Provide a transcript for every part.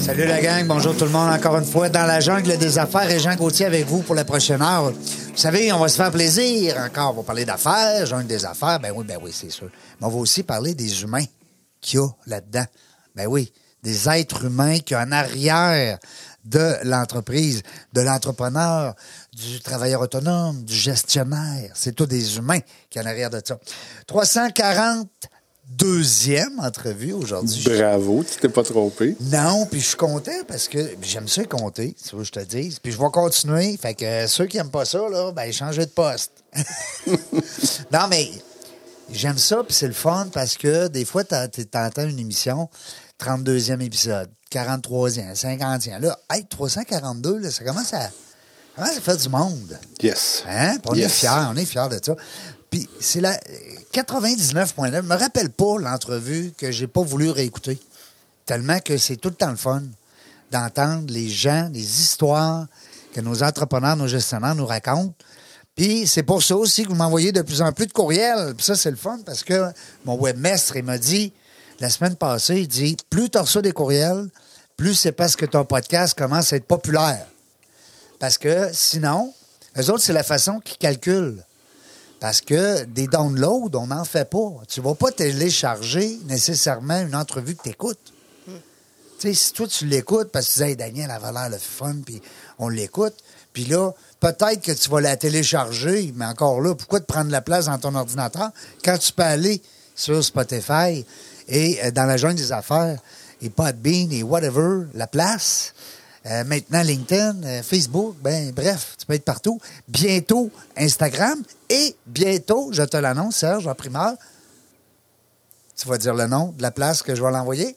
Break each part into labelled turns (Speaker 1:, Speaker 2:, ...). Speaker 1: Salut la gang, bonjour tout le monde encore une fois dans la jungle des affaires et Jean Gauthier avec vous pour la prochaine heure. Vous savez, on va se faire plaisir encore, on va parler d'affaires, jungle des affaires, ben oui, ben oui, c'est sûr. Mais on va aussi parler des humains qu'il y a là-dedans. Ben oui, des êtres humains qu'il y a en arrière de l'entreprise, de l'entrepreneur, du travailleur autonome, du gestionnaire. C'est tous des humains qui en arrière de ça. 342e entrevue aujourd'hui.
Speaker 2: Ben Bravo, tu t'es pas trompé.
Speaker 1: Non, puis je suis content parce que j'aime ça compter, tu veux que je te dise. Puis je vais continuer. Fait que euh, ceux qui n'aiment pas ça, là, ben changez de poste. non, mais j'aime ça, puis c'est le fun parce que des fois, t'as- t'es- t'entends une émission, 32e épisode, 43e, 50e. Là, hey, 342, là, ça commence à. Comment ça fait du monde?
Speaker 2: Yes.
Speaker 1: Hein? Puis On est
Speaker 2: Yes.
Speaker 1: fiers, on est fiers de ça. Puis c'est la 99.9. Je me rappelle pas l'entrevue que j'ai pas voulu réécouter. Tellement que c'est tout le temps le fun d'entendre les gens, les histoires que nos entrepreneurs, nos gestionnaires nous racontent. Puis c'est pour ça aussi que vous m'envoyez de plus en plus de courriels. Puis ça, c'est le fun parce que mon webmestre, il m'a dit la semaine passée, il dit plus tu reçois des courriels, plus c'est parce que ton podcast commence à être populaire. Parce que sinon, eux autres, c'est la façon qu'ils calculent. Parce que des downloads, on n'en fait pas. Tu ne vas pas télécharger nécessairement une entrevue que tu écoutes. Tu sais, si toi, tu l'écoutes parce que tu dis, hey, Daniel, elle a l'air le fun, puis on l'écoute. Puis là, peut-être que tu vas la télécharger, mais encore là, pourquoi te prendre la place dans ton ordinateur quand tu peux aller sur Spotify et euh, dans la jungle des affaires et Podbean et whatever, la place. Euh, maintenant, LinkedIn, euh, Facebook, ben bref, tu peux être partout. Bientôt, Instagram et bientôt, je te l'annonce, Serge, en primeur, tu vas dire le nom de la place que je vais l'envoyer.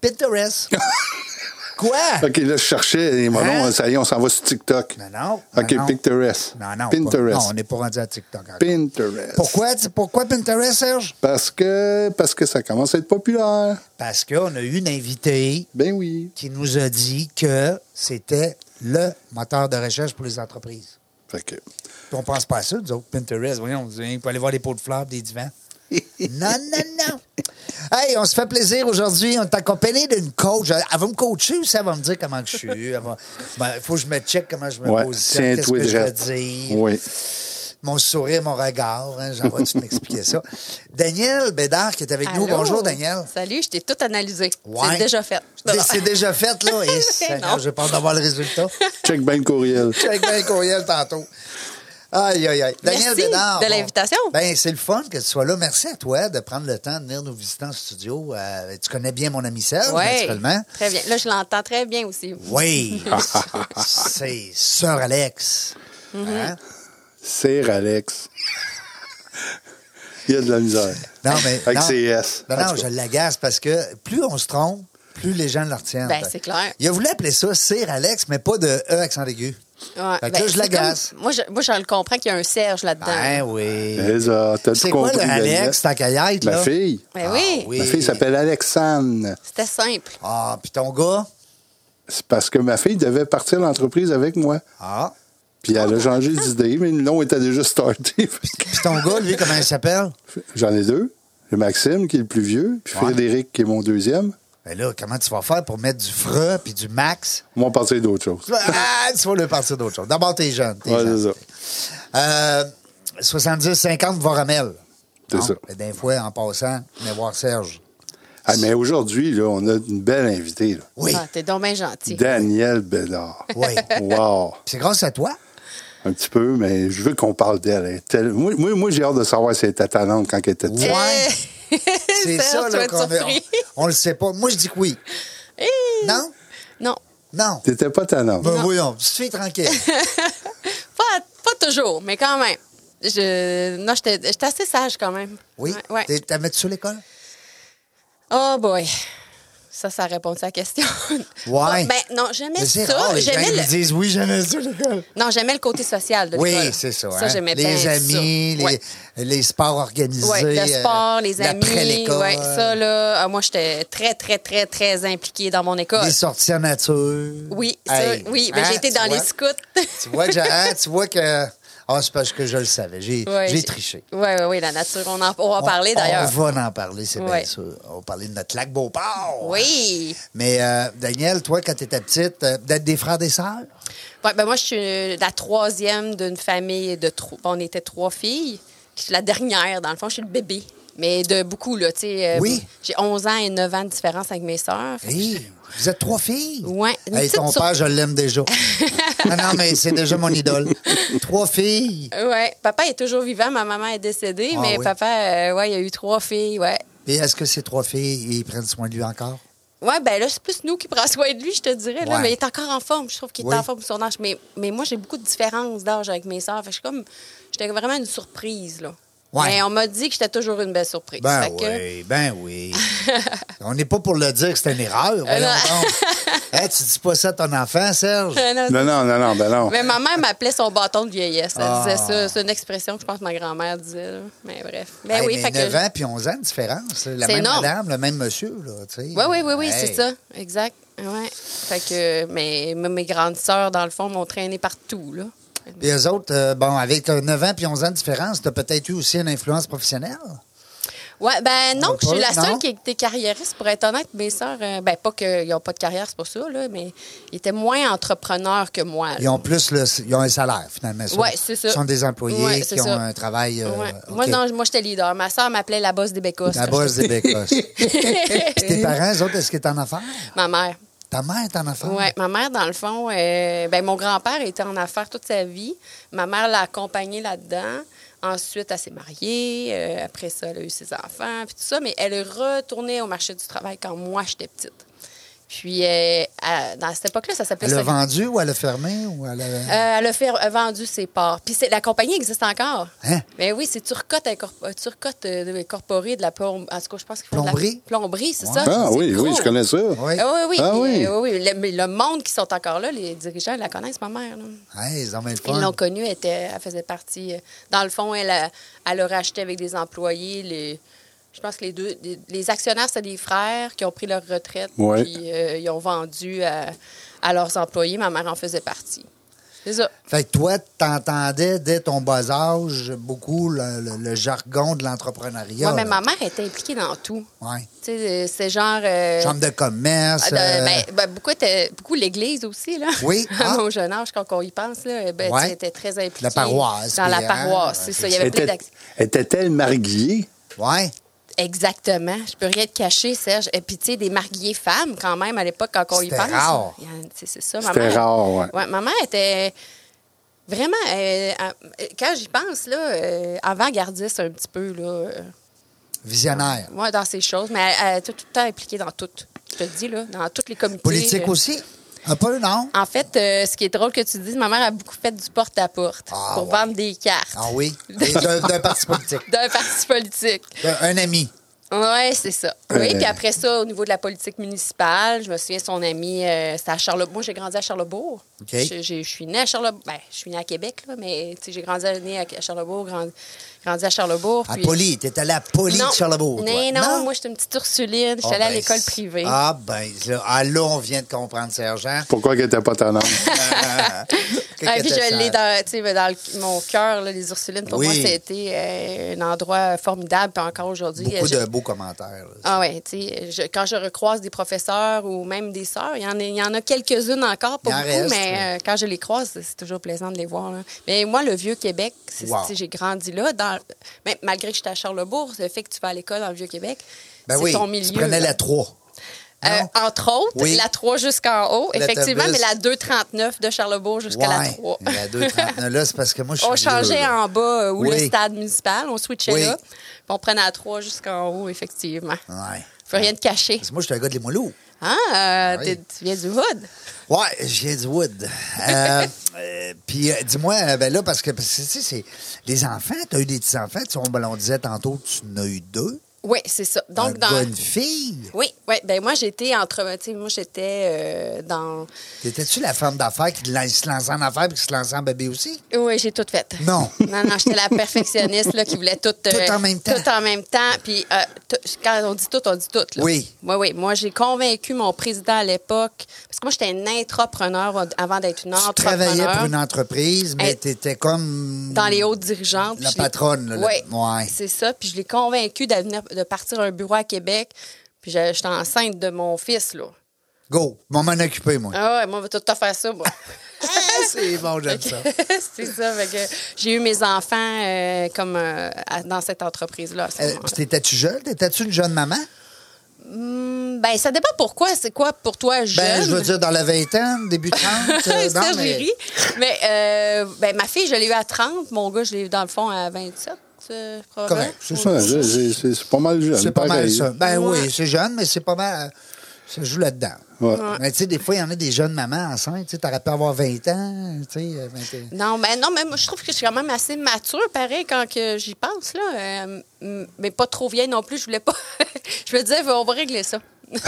Speaker 1: Pinterest. Quoi?
Speaker 2: OK, là, je cherchais les mots.
Speaker 1: Hein?
Speaker 2: Ça y est, on s'en va sur TikTok.
Speaker 1: Non, non.
Speaker 2: OK,
Speaker 1: non, non.
Speaker 2: Pinterest.
Speaker 1: Non, non. pas-
Speaker 2: Pinterest.
Speaker 1: non, on n'est pas rendu à TikTok encore.
Speaker 2: Pinterest.
Speaker 1: Pourquoi, tu- pourquoi Pinterest, Serge?
Speaker 2: Parce que, parce que ça commence à être populaire.
Speaker 1: Parce qu'on a eu une invitée
Speaker 2: Ben oui.
Speaker 1: qui nous a dit que c'était le moteur de recherche pour les entreprises.
Speaker 2: Fait que,
Speaker 1: Puis on pense pas à ça, nous autres, Pinterest. Voyons, on dit, hein, il faut aller voir les pots de fleurs, des divans. non, non, non. Hey, on se fait plaisir aujourd'hui. On est accompagné d'une coach. Elle elle va me coacher ou ça va me dire comment que je suis? Il faut que je me check comment je me
Speaker 2: ouais,
Speaker 1: positionne. Qu'est-ce
Speaker 2: tiens-toi
Speaker 1: que je veux
Speaker 2: direct.
Speaker 1: dire?
Speaker 2: Oui.
Speaker 1: Mon sourire, mon regard. Hein, J'en vois, tu m'expliquer ça. Daniel Bédard qui est avec nous.
Speaker 3: Allô?
Speaker 1: Bonjour, Daniel.
Speaker 3: Salut, je t'ai tout analysé.
Speaker 1: Ouais.
Speaker 3: C'est déjà fait.
Speaker 1: Dé- C'est déjà fait, là. Et Seigneur,
Speaker 3: Non.
Speaker 1: j'ai peur d'avoir le résultat.
Speaker 2: Check ben le courriel.
Speaker 1: Check bien le courriel tantôt. Aïe, aïe, aïe. Daniel
Speaker 3: Merci
Speaker 1: Bédard,
Speaker 3: de
Speaker 1: bon.
Speaker 3: l'invitation.
Speaker 1: Ben, c'est le fun que tu sois là. Merci à toi de prendre le temps de venir nous visiter en studio. Euh, tu connais bien mon ami Serge,
Speaker 3: Oui,
Speaker 1: naturellement.
Speaker 3: très bien. Là, je l'entends très bien aussi.
Speaker 1: Oui. c'est Sœur Alex.
Speaker 3: Mhm.
Speaker 1: Hein?
Speaker 2: Sir Alex. Il y a de la misère.
Speaker 1: Non, mais.
Speaker 2: Avec
Speaker 1: non.
Speaker 2: ses S.
Speaker 1: Non,
Speaker 2: En
Speaker 1: non,
Speaker 2: tout
Speaker 1: je
Speaker 2: cas.
Speaker 1: l'agace parce que plus on se trompe, plus les gens le retiennent.
Speaker 3: Ben, c'est clair.
Speaker 1: Il a voulu appeler ça Sir Alex, mais pas de E accent aigu.
Speaker 3: Ouais,
Speaker 1: Fait que
Speaker 3: ben,
Speaker 1: là, je
Speaker 3: c'est
Speaker 1: l'agace.
Speaker 3: comme- Moi je, moi, je le comprends qu'il y a un Serge là-dedans.
Speaker 1: Ben oui.
Speaker 2: Mais ça, t'as
Speaker 1: C'est
Speaker 2: tout
Speaker 1: quoi
Speaker 2: compris.
Speaker 1: le
Speaker 2: Daniel.
Speaker 1: Alex, ta caillette, là?
Speaker 2: Ma fille.
Speaker 3: Ben
Speaker 1: Ah
Speaker 3: oui,
Speaker 1: oui.
Speaker 2: Ma fille s'appelle Alexandre.
Speaker 3: c'était simple.
Speaker 1: Ah, puis ton gars?
Speaker 2: C'est parce que ma fille devait partir l'entreprise avec moi.
Speaker 1: Ah.
Speaker 2: Puis elle a changé d'idée, mais le nom était déjà starté.
Speaker 1: Puis ton gars, lui, comment il s'appelle?
Speaker 2: J'en ai deux. J'ai Maxime, qui est le plus vieux, puis
Speaker 1: Ouais.
Speaker 2: Frédéric, qui est mon deuxième.
Speaker 1: Ben là, comment tu vas faire pour mettre du fre puis du max?
Speaker 2: Moi, on partait d'autre chose.
Speaker 1: Ah, tu vas le partir d'autre chose. D'abord, t'es jeune. t'es
Speaker 2: Ouais,
Speaker 1: jeune.
Speaker 2: c'est ça.
Speaker 1: Euh, 70-50 Voramel.
Speaker 2: C'est
Speaker 1: Non?
Speaker 2: ça.
Speaker 1: Ben, Des fois, en passant, mais voir Serge.
Speaker 2: Ah, mais aujourd'hui, là, on a une belle invitée. là.
Speaker 1: Oui.
Speaker 3: Ah, t'es donc bien gentil.
Speaker 2: Daniel Bédard.
Speaker 1: Oui.
Speaker 2: Wow.
Speaker 1: C'est grâce à toi.
Speaker 2: Un petit peu, mais je veux qu'on parle d'elle. Elle est telle- Moi, moi, moi, j'ai hâte de savoir si elle était talente quand elle était petite.
Speaker 1: Ouais.
Speaker 3: Eh,
Speaker 1: C'est
Speaker 3: Serge,
Speaker 1: ça,
Speaker 3: tu vas
Speaker 1: là,
Speaker 3: être
Speaker 1: qu'on
Speaker 3: surpris.
Speaker 1: on, on le sait pas. Moi, je dis que oui.
Speaker 3: Eh,
Speaker 1: Non?
Speaker 3: Non.
Speaker 1: Non.
Speaker 2: T'étais pas talent.
Speaker 1: Ben voyons, petite fille tranquille.
Speaker 3: Pas, pas toujours, mais quand même. Je... Non, j'étais j'étais assez sage quand même.
Speaker 1: Oui?
Speaker 3: Ouais, ouais.
Speaker 1: T'es- T'as mettre sous l'école?
Speaker 3: Oh boy. Ça, ça répond à la question.
Speaker 1: Ouais.
Speaker 3: Bon, ben, non, j'aimais
Speaker 1: Mais c'est
Speaker 3: ça.
Speaker 1: rare, ah, les gens
Speaker 3: J'aimais
Speaker 1: ils
Speaker 3: le...
Speaker 1: disent oui, j'aimais ça l'école.
Speaker 3: Non, j'aimais le côté social de l'école.
Speaker 1: Oui, c'est ça. hein.
Speaker 3: j'aimais
Speaker 1: les
Speaker 3: bien
Speaker 1: amis,
Speaker 3: ça.
Speaker 1: Les,
Speaker 3: Ouais.
Speaker 1: les sports organisés.
Speaker 3: Ouais, le
Speaker 1: euh,
Speaker 3: sport, les amis.
Speaker 1: l'après-l'école,
Speaker 3: ouais, ça, là, ah, moi, j'étais très, très, très, très impliquée dans mon école.
Speaker 1: Les sorties en nature.
Speaker 3: Oui, ça,
Speaker 1: Hey,
Speaker 3: oui. Ben,
Speaker 1: hein,
Speaker 3: j'ai été
Speaker 1: tu
Speaker 3: dans les
Speaker 1: vois?
Speaker 3: scouts.
Speaker 1: Tu vois, j'ai- hein, tu vois que. Ah, c'est parce que je le savais. J'ai
Speaker 3: Ouais,
Speaker 1: j'ai triché.
Speaker 3: Oui, oui, oui, la nature. On, en, on va en
Speaker 1: On-
Speaker 3: parler d'ailleurs.
Speaker 1: On va en parler, c'est bien
Speaker 3: Ouais.
Speaker 1: sûr. On va parler de notre lac Beauport.
Speaker 3: Oui.
Speaker 1: Mais euh, Daniel, toi, quand tu étais petite, euh, d'être des frères des sœurs?
Speaker 3: Ouais, ben moi, je suis la troisième d'une famille de trois. On était trois filles. Je suis la dernière, dans le fond. Je suis le bébé. Mais de beaucoup, là, tu sais. euh,
Speaker 1: Oui.
Speaker 3: J'ai 11 ans et 9 ans de différence avec mes sœurs. Fait que
Speaker 1: Hey, vous êtes trois filles?
Speaker 3: Ouais, une
Speaker 1: Hey,
Speaker 3: petite
Speaker 1: ton
Speaker 3: sur-
Speaker 1: père, je l'aime déjà. Ah non, non, mais c'est déjà mon idole. Trois filles.
Speaker 3: Oui, Euh, papa est toujours vivant, ma maman est décédée,
Speaker 1: Ah
Speaker 3: mais
Speaker 1: oui.
Speaker 3: papa, euh, ouais, il a eu trois filles, ouais.
Speaker 1: Et est-ce que ces trois filles, ils prennent soin de lui encore?
Speaker 3: Ouais, ben là, c'est plus nous qui prenons soin de lui, je te dirais, là,
Speaker 1: Ouais.
Speaker 3: mais il est encore en forme, je trouve qu'il
Speaker 1: Oui.
Speaker 3: est en forme pour son âge. Mais, mais moi, j'ai beaucoup de différences d'âge avec mes sœurs, fait que je suis comme, j'étais vraiment une surprise, là.
Speaker 1: Ouais.
Speaker 3: Mais on m'a dit que j'étais toujours une belle surprise.
Speaker 1: Ben
Speaker 3: Fait que-
Speaker 1: oui, ben oui. On n'est pas pour le dire que c'est une erreur, voyons
Speaker 3: non.
Speaker 1: donc. Hein, tu dis pas ça à ton enfant, Serge?
Speaker 3: Non,
Speaker 2: Non, non, non, non, ben non.
Speaker 3: Mais ma mère m'appelait son bâton de vieillesse. Elle
Speaker 1: Ah.
Speaker 3: disait ça. C'est une expression que je pense que ma grand-mère disait. là. Mais bref. Mais
Speaker 1: Hey,
Speaker 3: Ben oui,
Speaker 1: mais
Speaker 3: fait que.
Speaker 1: 9 ans puis 11 ans de différence. La
Speaker 3: C'est
Speaker 1: même
Speaker 3: énorme.
Speaker 1: madame, le même monsieur, là, tu sais.
Speaker 3: Oui, oui, oui, oui,
Speaker 1: Hey.
Speaker 3: c'est ça. Exact. Ouais. Fait que mais, moi, mes grandes sœurs, dans le fond, m'ont traîné partout. Là.
Speaker 1: Puis eux autres, euh, bon, avec euh, 9 ans puis 11 ans de différence, t'as peut-être eu aussi une influence professionnelle?
Speaker 3: Euh. Ouais, ben non,
Speaker 1: Pas,
Speaker 3: je suis la seule
Speaker 1: non?
Speaker 3: qui a été carriériste, pour être honnête. Mes sœurs, euh, ben pas qu'ils n'ont pas de carrière, c'est pour ça, là, mais ils étaient moins entrepreneurs que moi. là.
Speaker 1: Ils ont plus le, ils ont un salaire, finalement. sont-
Speaker 3: Ouais, c'est ça.
Speaker 1: Ils sont des employés
Speaker 3: Ouais, c'est
Speaker 1: qui ont
Speaker 3: ça.
Speaker 1: un travail. euh,
Speaker 3: Ouais.
Speaker 1: OK.
Speaker 3: Moi, non, moi, j'étais leader. Ma sœur m'appelait la bosse des Bécosses.
Speaker 1: La bosse des Bécosses. Puis tes parents, eux autres, est-ce qu'ils étaient en affaires?
Speaker 3: Ma mère.
Speaker 1: Ta mère est en affaires?
Speaker 3: Oui, ma mère, dans le fond, euh, ben, mon grand-père était en affaires toute sa vie. Ma mère l'a accompagnée là-dedans. Ensuite, elle s'est mariée. euh, après ça, elle a eu ses enfants, puis tout ça. Mais elle est retournée au marché du travail quand moi, j'étais petite. Puis, euh, à- dans cette époque-là, ça s'appelait...
Speaker 1: Elle a
Speaker 3: Sec-
Speaker 1: vendu ou elle a fermé? Ou elle a...
Speaker 3: Euh, elle a fait- a vendu ses parts. Puis c'est- la compagnie existe encore.
Speaker 1: Hein?
Speaker 3: Ben oui, c'est Turcotte, Incorp- euh, Turcotte euh, Incorporée de la plomberie. En tout cas, je pense qu'ils font de la-
Speaker 1: Plomberie?
Speaker 3: Plomberie, c'est
Speaker 1: Ouais.
Speaker 3: ça.
Speaker 2: Ah
Speaker 3: C'est
Speaker 2: oui, oui,
Speaker 3: gros.
Speaker 2: je connais ça.
Speaker 1: Oui.
Speaker 3: Ah oui, oui.
Speaker 2: Ah
Speaker 3: puis,
Speaker 2: oui.
Speaker 3: euh, oui, oui. Le, mais le monde qui sont encore là, les dirigeants ils la connaissent, ma mère. là.
Speaker 1: Hey, ils ont bien le
Speaker 3: Ils
Speaker 1: fun.
Speaker 3: l'ont connue, elle, était- elle faisait partie. euh, Dans le fond, elle, a- elle a racheté avec des employés. Les, je pense que les deux, les, les actionnaires, c'est des frères qui ont pris leur retraite.
Speaker 2: Ouais.
Speaker 3: Puis euh, ils ont vendu à, à leurs employés. Ma mère en faisait partie. C'est ça.
Speaker 1: Fait que toi, t'entendais dès ton bas âge beaucoup le, le- le jargon de l'entrepreneuriat.
Speaker 3: Moi, mais
Speaker 1: là.
Speaker 3: ma mère était impliquée dans tout.
Speaker 1: Ouais.
Speaker 3: Tu sais, euh, c'est genre. euh,
Speaker 1: Chambre de commerce.
Speaker 3: Ah, de-
Speaker 1: euh,
Speaker 3: ben, ben, beaucoup, étaient- beaucoup l'Église aussi, là.
Speaker 1: Oui,
Speaker 3: À
Speaker 1: ah.
Speaker 3: mon jeune âge, quand on y pense, là, ben,
Speaker 1: Ouais.
Speaker 3: tu sais, était très impliquée.
Speaker 1: La paroisse,
Speaker 3: Dans la
Speaker 1: puis, hein,
Speaker 3: paroisse, c'est
Speaker 1: ouais,
Speaker 3: ça. Il y avait plein
Speaker 2: Était-
Speaker 3: d'acc-
Speaker 2: Était-elle mariée?
Speaker 1: Ouais.
Speaker 3: Exactement. Je peux rien te cacher, Serge. Et puis, tu sais, des mariées femmes, quand même, à l'époque, quand on y
Speaker 1: C'était
Speaker 3: pense.
Speaker 1: rare.
Speaker 3: Il y en- tu sais, C'est ça, ma
Speaker 2: C'était
Speaker 3: mère-
Speaker 2: rare, ouais.
Speaker 3: Ouais, ma mère était vraiment, euh, à- quand j'y pense, là, euh, avant-gardiste un petit peu, là. euh,
Speaker 1: Visionnaire.
Speaker 3: Ouais, dans ces choses, mais euh, elle, elle était tout le temps impliquée dans tout. Je te le dis, là, dans toutes les comités.
Speaker 1: Politique
Speaker 3: Euh,
Speaker 1: aussi? Un peu, non?
Speaker 3: En fait, euh, ce qui est drôle que tu dises, ma mère a beaucoup fait du porte-à-porte
Speaker 1: Ah,
Speaker 3: pour
Speaker 1: ouais.
Speaker 3: vendre des cartes
Speaker 1: Ah oui. Et D'un d'un parti politique.
Speaker 3: d'un parti politique.
Speaker 1: D'un- Un ami.
Speaker 3: Oui, c'est ça. Oui,
Speaker 2: Euh.
Speaker 3: puis après ça, au niveau de la politique municipale, je me souviens, son ami, euh, c'était à Charlebourg. Moi, j'ai grandi à Charlebourg.
Speaker 1: OK.
Speaker 3: Je, j'ai- je suis née à Charlebourg. Ben, je suis née à Québec, là, mais tu sais, j'ai grandi à, née à à Charlebourg, grand- grandi à Charlebourg.
Speaker 1: À
Speaker 3: puis-
Speaker 1: Poli. T'étais allé à Poli
Speaker 3: Non.
Speaker 1: de Charlebourg. toi.
Speaker 3: Non, non, moi, j'étais une petite Ursuline. J'étais
Speaker 1: Ah,
Speaker 3: allée à
Speaker 1: ben,
Speaker 3: l'école
Speaker 1: c'est-
Speaker 3: privée.
Speaker 1: Ah, ben, là, ah, là, on vient de comprendre, Sergent.
Speaker 2: Pourquoi qu'elle n'était pas talent?
Speaker 3: Ah, puis je l'ai dans, tu sais, dans le- mon cœur, là, les Ursulines. Pour
Speaker 1: Oui.
Speaker 3: moi, c'était euh, un endroit formidable. Puis encore aujourd'hui.
Speaker 1: Beaucoup
Speaker 3: je-
Speaker 1: de beaux commentaires. là.
Speaker 3: Ah ouais, tu sais, je- quand je recroise des professeurs ou même des sœurs, il y en a, il y en a quelques-unes encore, pas
Speaker 1: Il en
Speaker 3: beaucoup,
Speaker 1: reste,
Speaker 3: mais
Speaker 1: oui.
Speaker 3: euh, quand je les croise, c'est toujours plaisant de les voir. là. Mais moi, le vieux Québec, c'est-
Speaker 1: Wow.
Speaker 3: tu sais, j'ai grandi là. Dans, mais malgré que j'étais à Charlebourg, le fait que tu vas à l'école dans le vieux Québec,
Speaker 1: Ben
Speaker 3: c'est
Speaker 1: oui,
Speaker 3: ton milieu.
Speaker 1: tu prenais
Speaker 3: là.
Speaker 1: la 3.
Speaker 3: Euh,
Speaker 1: non?
Speaker 3: entre autres,
Speaker 1: Oui.
Speaker 3: la 3 jusqu'en haut, effectivement, mais
Speaker 1: L'autobus.
Speaker 3: la 239 de Charlebourg jusqu'à la 3.
Speaker 1: La 2,39. Là, c'est parce que moi, je suis.
Speaker 3: On
Speaker 1: vieux,
Speaker 3: changeait
Speaker 1: là.
Speaker 3: en bas euh, où le
Speaker 1: Oui.
Speaker 3: stade municipal, on switchait
Speaker 1: Oui. Ah.
Speaker 3: là, puis on prenait la 3 jusqu'en haut, effectivement.
Speaker 1: Ouais.
Speaker 3: Faut rien te cacher.
Speaker 1: Parce que moi, je suis un gars de Limoilou.
Speaker 3: Hein? Euh,
Speaker 1: Ah Oui.
Speaker 3: t'es- Tu viens du hood?
Speaker 1: Ouais, je viens du Wood. Euh, euh, Puis euh, dis-moi, euh, ben là, parce que, parce que, tu sais, c'est les enfants, t'as eu des petits-enfants, tu sais, on, ben, on disait tantôt que tu en as eu deux.
Speaker 3: Oui, c'est ça.
Speaker 1: un
Speaker 3: Donc,
Speaker 1: gars,
Speaker 3: dans.
Speaker 1: une fille.
Speaker 3: Oui, oui. Ben moi, j'étais entre. Tu sais, moi, j'étais euh, dans.
Speaker 1: T'étais-tu la femme d'affaires qui la- se lançait en affaires et qui se lançait en bébé aussi?
Speaker 3: Oui, j'ai tout fait.
Speaker 1: Non.
Speaker 3: Non, non, j'étais la perfectionniste là, qui voulait tout. euh,
Speaker 1: Tout en même temps.
Speaker 3: Tout en même temps. Puis euh, tout- quand on dit tout, on dit tout. là.
Speaker 1: Oui.
Speaker 3: Oui, oui. Moi, j'ai convaincu mon président à l'époque, parce que moi, j'étais une intrapreneur avant d'être une
Speaker 1: Tu
Speaker 3: entrepreneur.
Speaker 1: travaillais pour une entreprise, mais
Speaker 3: Hey.
Speaker 1: t'étais comme.
Speaker 3: dans les hautes dirigeantes.
Speaker 1: La
Speaker 3: puis je l'ai-
Speaker 1: patronne, là, le-
Speaker 3: Ouais,
Speaker 1: ouais.
Speaker 3: C'est ça. Puis je l'ai convaincue d'avenir- de partir un bureau à Québec. Puis j'ai- j'étais enceinte de mon fils, là.
Speaker 1: Go, m'en m'en occuper, moi.
Speaker 3: Ah ouais, moi, on va tout à faire ça, moi.
Speaker 1: c'est bon, j'aime ça.
Speaker 3: c'est ça. Fait que j'ai eu mes enfants euh, comme euh, à- dans cette entreprise-là. à ce
Speaker 1: Euh,
Speaker 3: moment-là.
Speaker 1: puis T'étais-tu jeune? T'étais-tu une jeune maman?
Speaker 3: Hum, ben, ça dépend pourquoi. C'est quoi pour toi, jeune?
Speaker 1: Ben, je veux dire, dans la vingtaine, début 30. euh, non,
Speaker 3: Serge,
Speaker 1: mais-
Speaker 3: il rit. Mais euh, ben, ma fille, je l'ai eu à 30. Mon gars, je l'ai eu dans le fond à 27, euh, probablement.
Speaker 1: Correct.
Speaker 2: C'est ça, je- je- c'est c'est pas mal jeune.
Speaker 1: C'est pas mal
Speaker 2: pareil.
Speaker 1: ça. Ben
Speaker 3: Ouais.
Speaker 1: oui, c'est jeune, mais c'est pas mal. Ça joue là-dedans.
Speaker 2: Ouais.
Speaker 1: Mais tu sais, des fois, il y en a des jeunes mamans enceintes. Tu sais, t'aurais pu avoir 20 ans. Tu sais, euh, 21.
Speaker 3: Non, mais non, mais moi, je trouve que je suis quand même assez mature, pareil, quand que j'y pense, là. Euh, m- mais pas trop vieille non plus, je voulais pas. je me disais, on va régler ça.
Speaker 1: Tu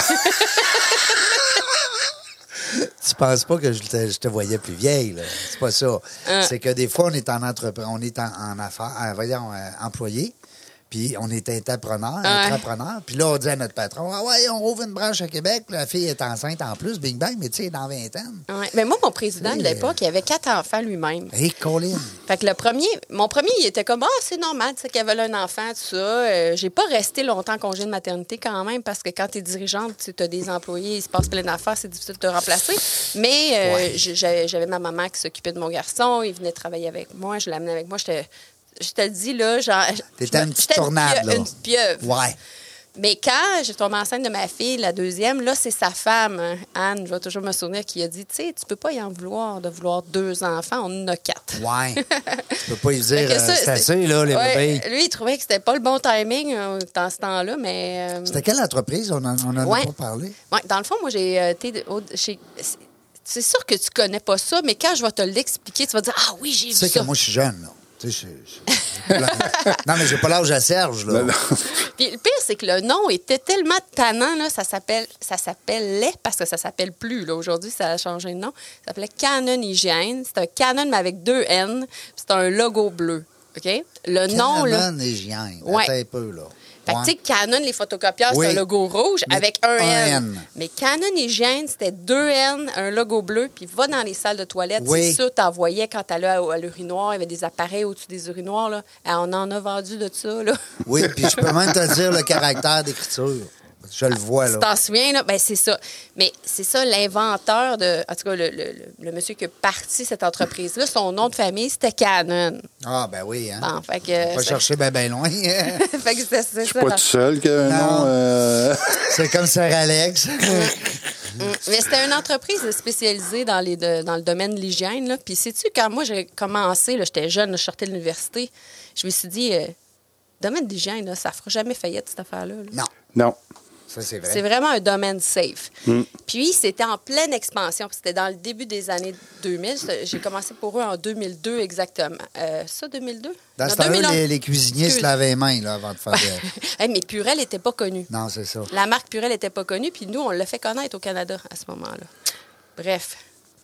Speaker 1: penses pas que je te, je te voyais plus vieille, là. C'est pas ça.
Speaker 3: Euh.
Speaker 1: C'est que des fois, on est en entreprise, on est en, en affaires, euh, voyons, euh, employé. Puis on est entrepreneur, entrepreneur. Puis là, on dit à notre patron, ah ouais, on ouvre une branche à Québec, la fille est enceinte en plus, bing bang, mais tu sais, dans 20 ans.
Speaker 3: Ouais. Mais moi, mon président de
Speaker 1: Oui.
Speaker 3: l'époque, il avait quatre enfants lui-même.
Speaker 1: Hé, Colin.
Speaker 3: Fait que le premier, mon premier, il était comme, ah, c'est normal, tu sais, qu'elle veut un enfant, tout ça. Euh, j'ai pas resté longtemps en congé de maternité quand même, parce que quand t'es dirigeante, tu as des employés, il se passe plein d'affaires, c'est difficile de te remplacer. Mais euh,
Speaker 1: Ouais.
Speaker 3: j'ai- j'avais j'avais ma maman qui s'occupait de mon garçon, il venait travailler avec moi, je l'amenais avec moi, j'étais. Je te le dis, là, genre.
Speaker 1: T'étais une petite
Speaker 3: j'étais
Speaker 1: tornade,
Speaker 3: pieuvre-
Speaker 1: là.
Speaker 3: Une pieuvre.
Speaker 1: Ouais.
Speaker 3: Mais quand j'ai tombé enceinte de ma fille, la deuxième, là, c'est sa femme, hein, Anne, je vais toujours me souvenir, qui a dit, tu sais, tu peux pas y en vouloir de vouloir deux enfants, on en a quatre.
Speaker 1: Ouais. tu peux pas lui
Speaker 3: Fait
Speaker 1: dire,
Speaker 3: que
Speaker 1: euh,
Speaker 3: ça,
Speaker 1: c'est assez, là, les
Speaker 3: Ouais, euh,
Speaker 1: bébés.
Speaker 3: Lui, il trouvait que c'était pas le bon timing euh, dans ce temps-là, mais. euh,
Speaker 1: C'était quelle entreprise? On en, on en
Speaker 3: Ouais.
Speaker 1: a pas parlé.
Speaker 3: ouais, dans le fond, moi, j'ai euh, été. de- au- chez- c'est- C'est sûr que tu connais pas ça, mais quand je vais te l'expliquer, tu vas dire Ah oui, j'ai vu
Speaker 1: Tu sais que
Speaker 3: ça.
Speaker 1: moi, je suis jeune, là. Tu sais, je- je- je- non, mais j'ai pas l'âge à Serge, là.
Speaker 2: Ben non.
Speaker 3: Puis le pire, c'est que le nom était tellement tannant, là, ça s'appelle ça s'appelait, parce que ça s'appelle plus, là. Aujourd'hui, ça a changé de nom. Ça s'appelait Canon Hygiène. C'est un Canon, mais avec deux N. puis C'est un logo bleu. OK? Le nom, là.
Speaker 1: Canon et Gienne.
Speaker 3: Ouais.
Speaker 1: Attends un peu, là.
Speaker 3: Fait que,
Speaker 1: Ouais.
Speaker 3: tu sais, Canon, les photocopieurs,
Speaker 1: Oui.
Speaker 3: c'est un logo rouge
Speaker 1: Mais
Speaker 3: avec un
Speaker 1: un
Speaker 3: N.
Speaker 1: N.
Speaker 3: Mais Canon Hygiène, c'était deux N, un logo bleu, puis va dans les salles de toilette.
Speaker 1: Oui.
Speaker 3: C'est ça, t'en voyais quand t'allais à, à l'urinoir. Il y avait des appareils au-dessus des urinoirs, là. Ah, on en a vendu de ça, là.
Speaker 1: Oui, puis je peux même te dire le caractère d'écriture. Je le vois,
Speaker 3: Tu
Speaker 1: là.
Speaker 3: t'en souviens, là? Ben, c'est ça. Mais c'est ça, l'inventeur de. En tout cas, le, le- le- le monsieur qui a parti cette entreprise-là, son nom de famille, c'était Canon.
Speaker 1: Ah, ben oui, hein.
Speaker 3: Bon, fait que.
Speaker 1: On va chercher bien, bien loin.
Speaker 3: fait que c'est- c'est ça.
Speaker 2: Pas
Speaker 3: dans-
Speaker 2: tout seul que un
Speaker 1: Non.
Speaker 2: nom. euh,
Speaker 1: C'est comme Sir Alex.
Speaker 3: Mm. Mais c'était une entreprise spécialisée dans, les de- dans le domaine de l'hygiène. là. Puis sais-tu, quand moi j'ai commencé, là, j'étais jeune, là, je sortais de l'université, je me suis dit, euh, domaine de l'hygiène, là, ça fera jamais faillite cette affaire-là. là.
Speaker 1: non,
Speaker 2: non.
Speaker 1: ça, c'est vrai.
Speaker 3: C'est vraiment un domaine safe. Puis c'était en pleine expansion. Puis C'était dans le début des années 2000. C'est- J'ai commencé pour eux en 2002 exactement. Euh, ça, 2002?
Speaker 1: Dans
Speaker 3: Non,
Speaker 1: ce temps-là,
Speaker 3: 2011.
Speaker 1: les, les cuisiniers se
Speaker 3: Excuse.
Speaker 1: lavaient les mains, là, avant de faire... des-
Speaker 3: Hey, mais Purel n'était pas connu.
Speaker 1: non, c'est ça.
Speaker 3: La marque Purel n'était pas connue, puis nous, on l'a fait connaître au Canada à ce moment-là. Bref.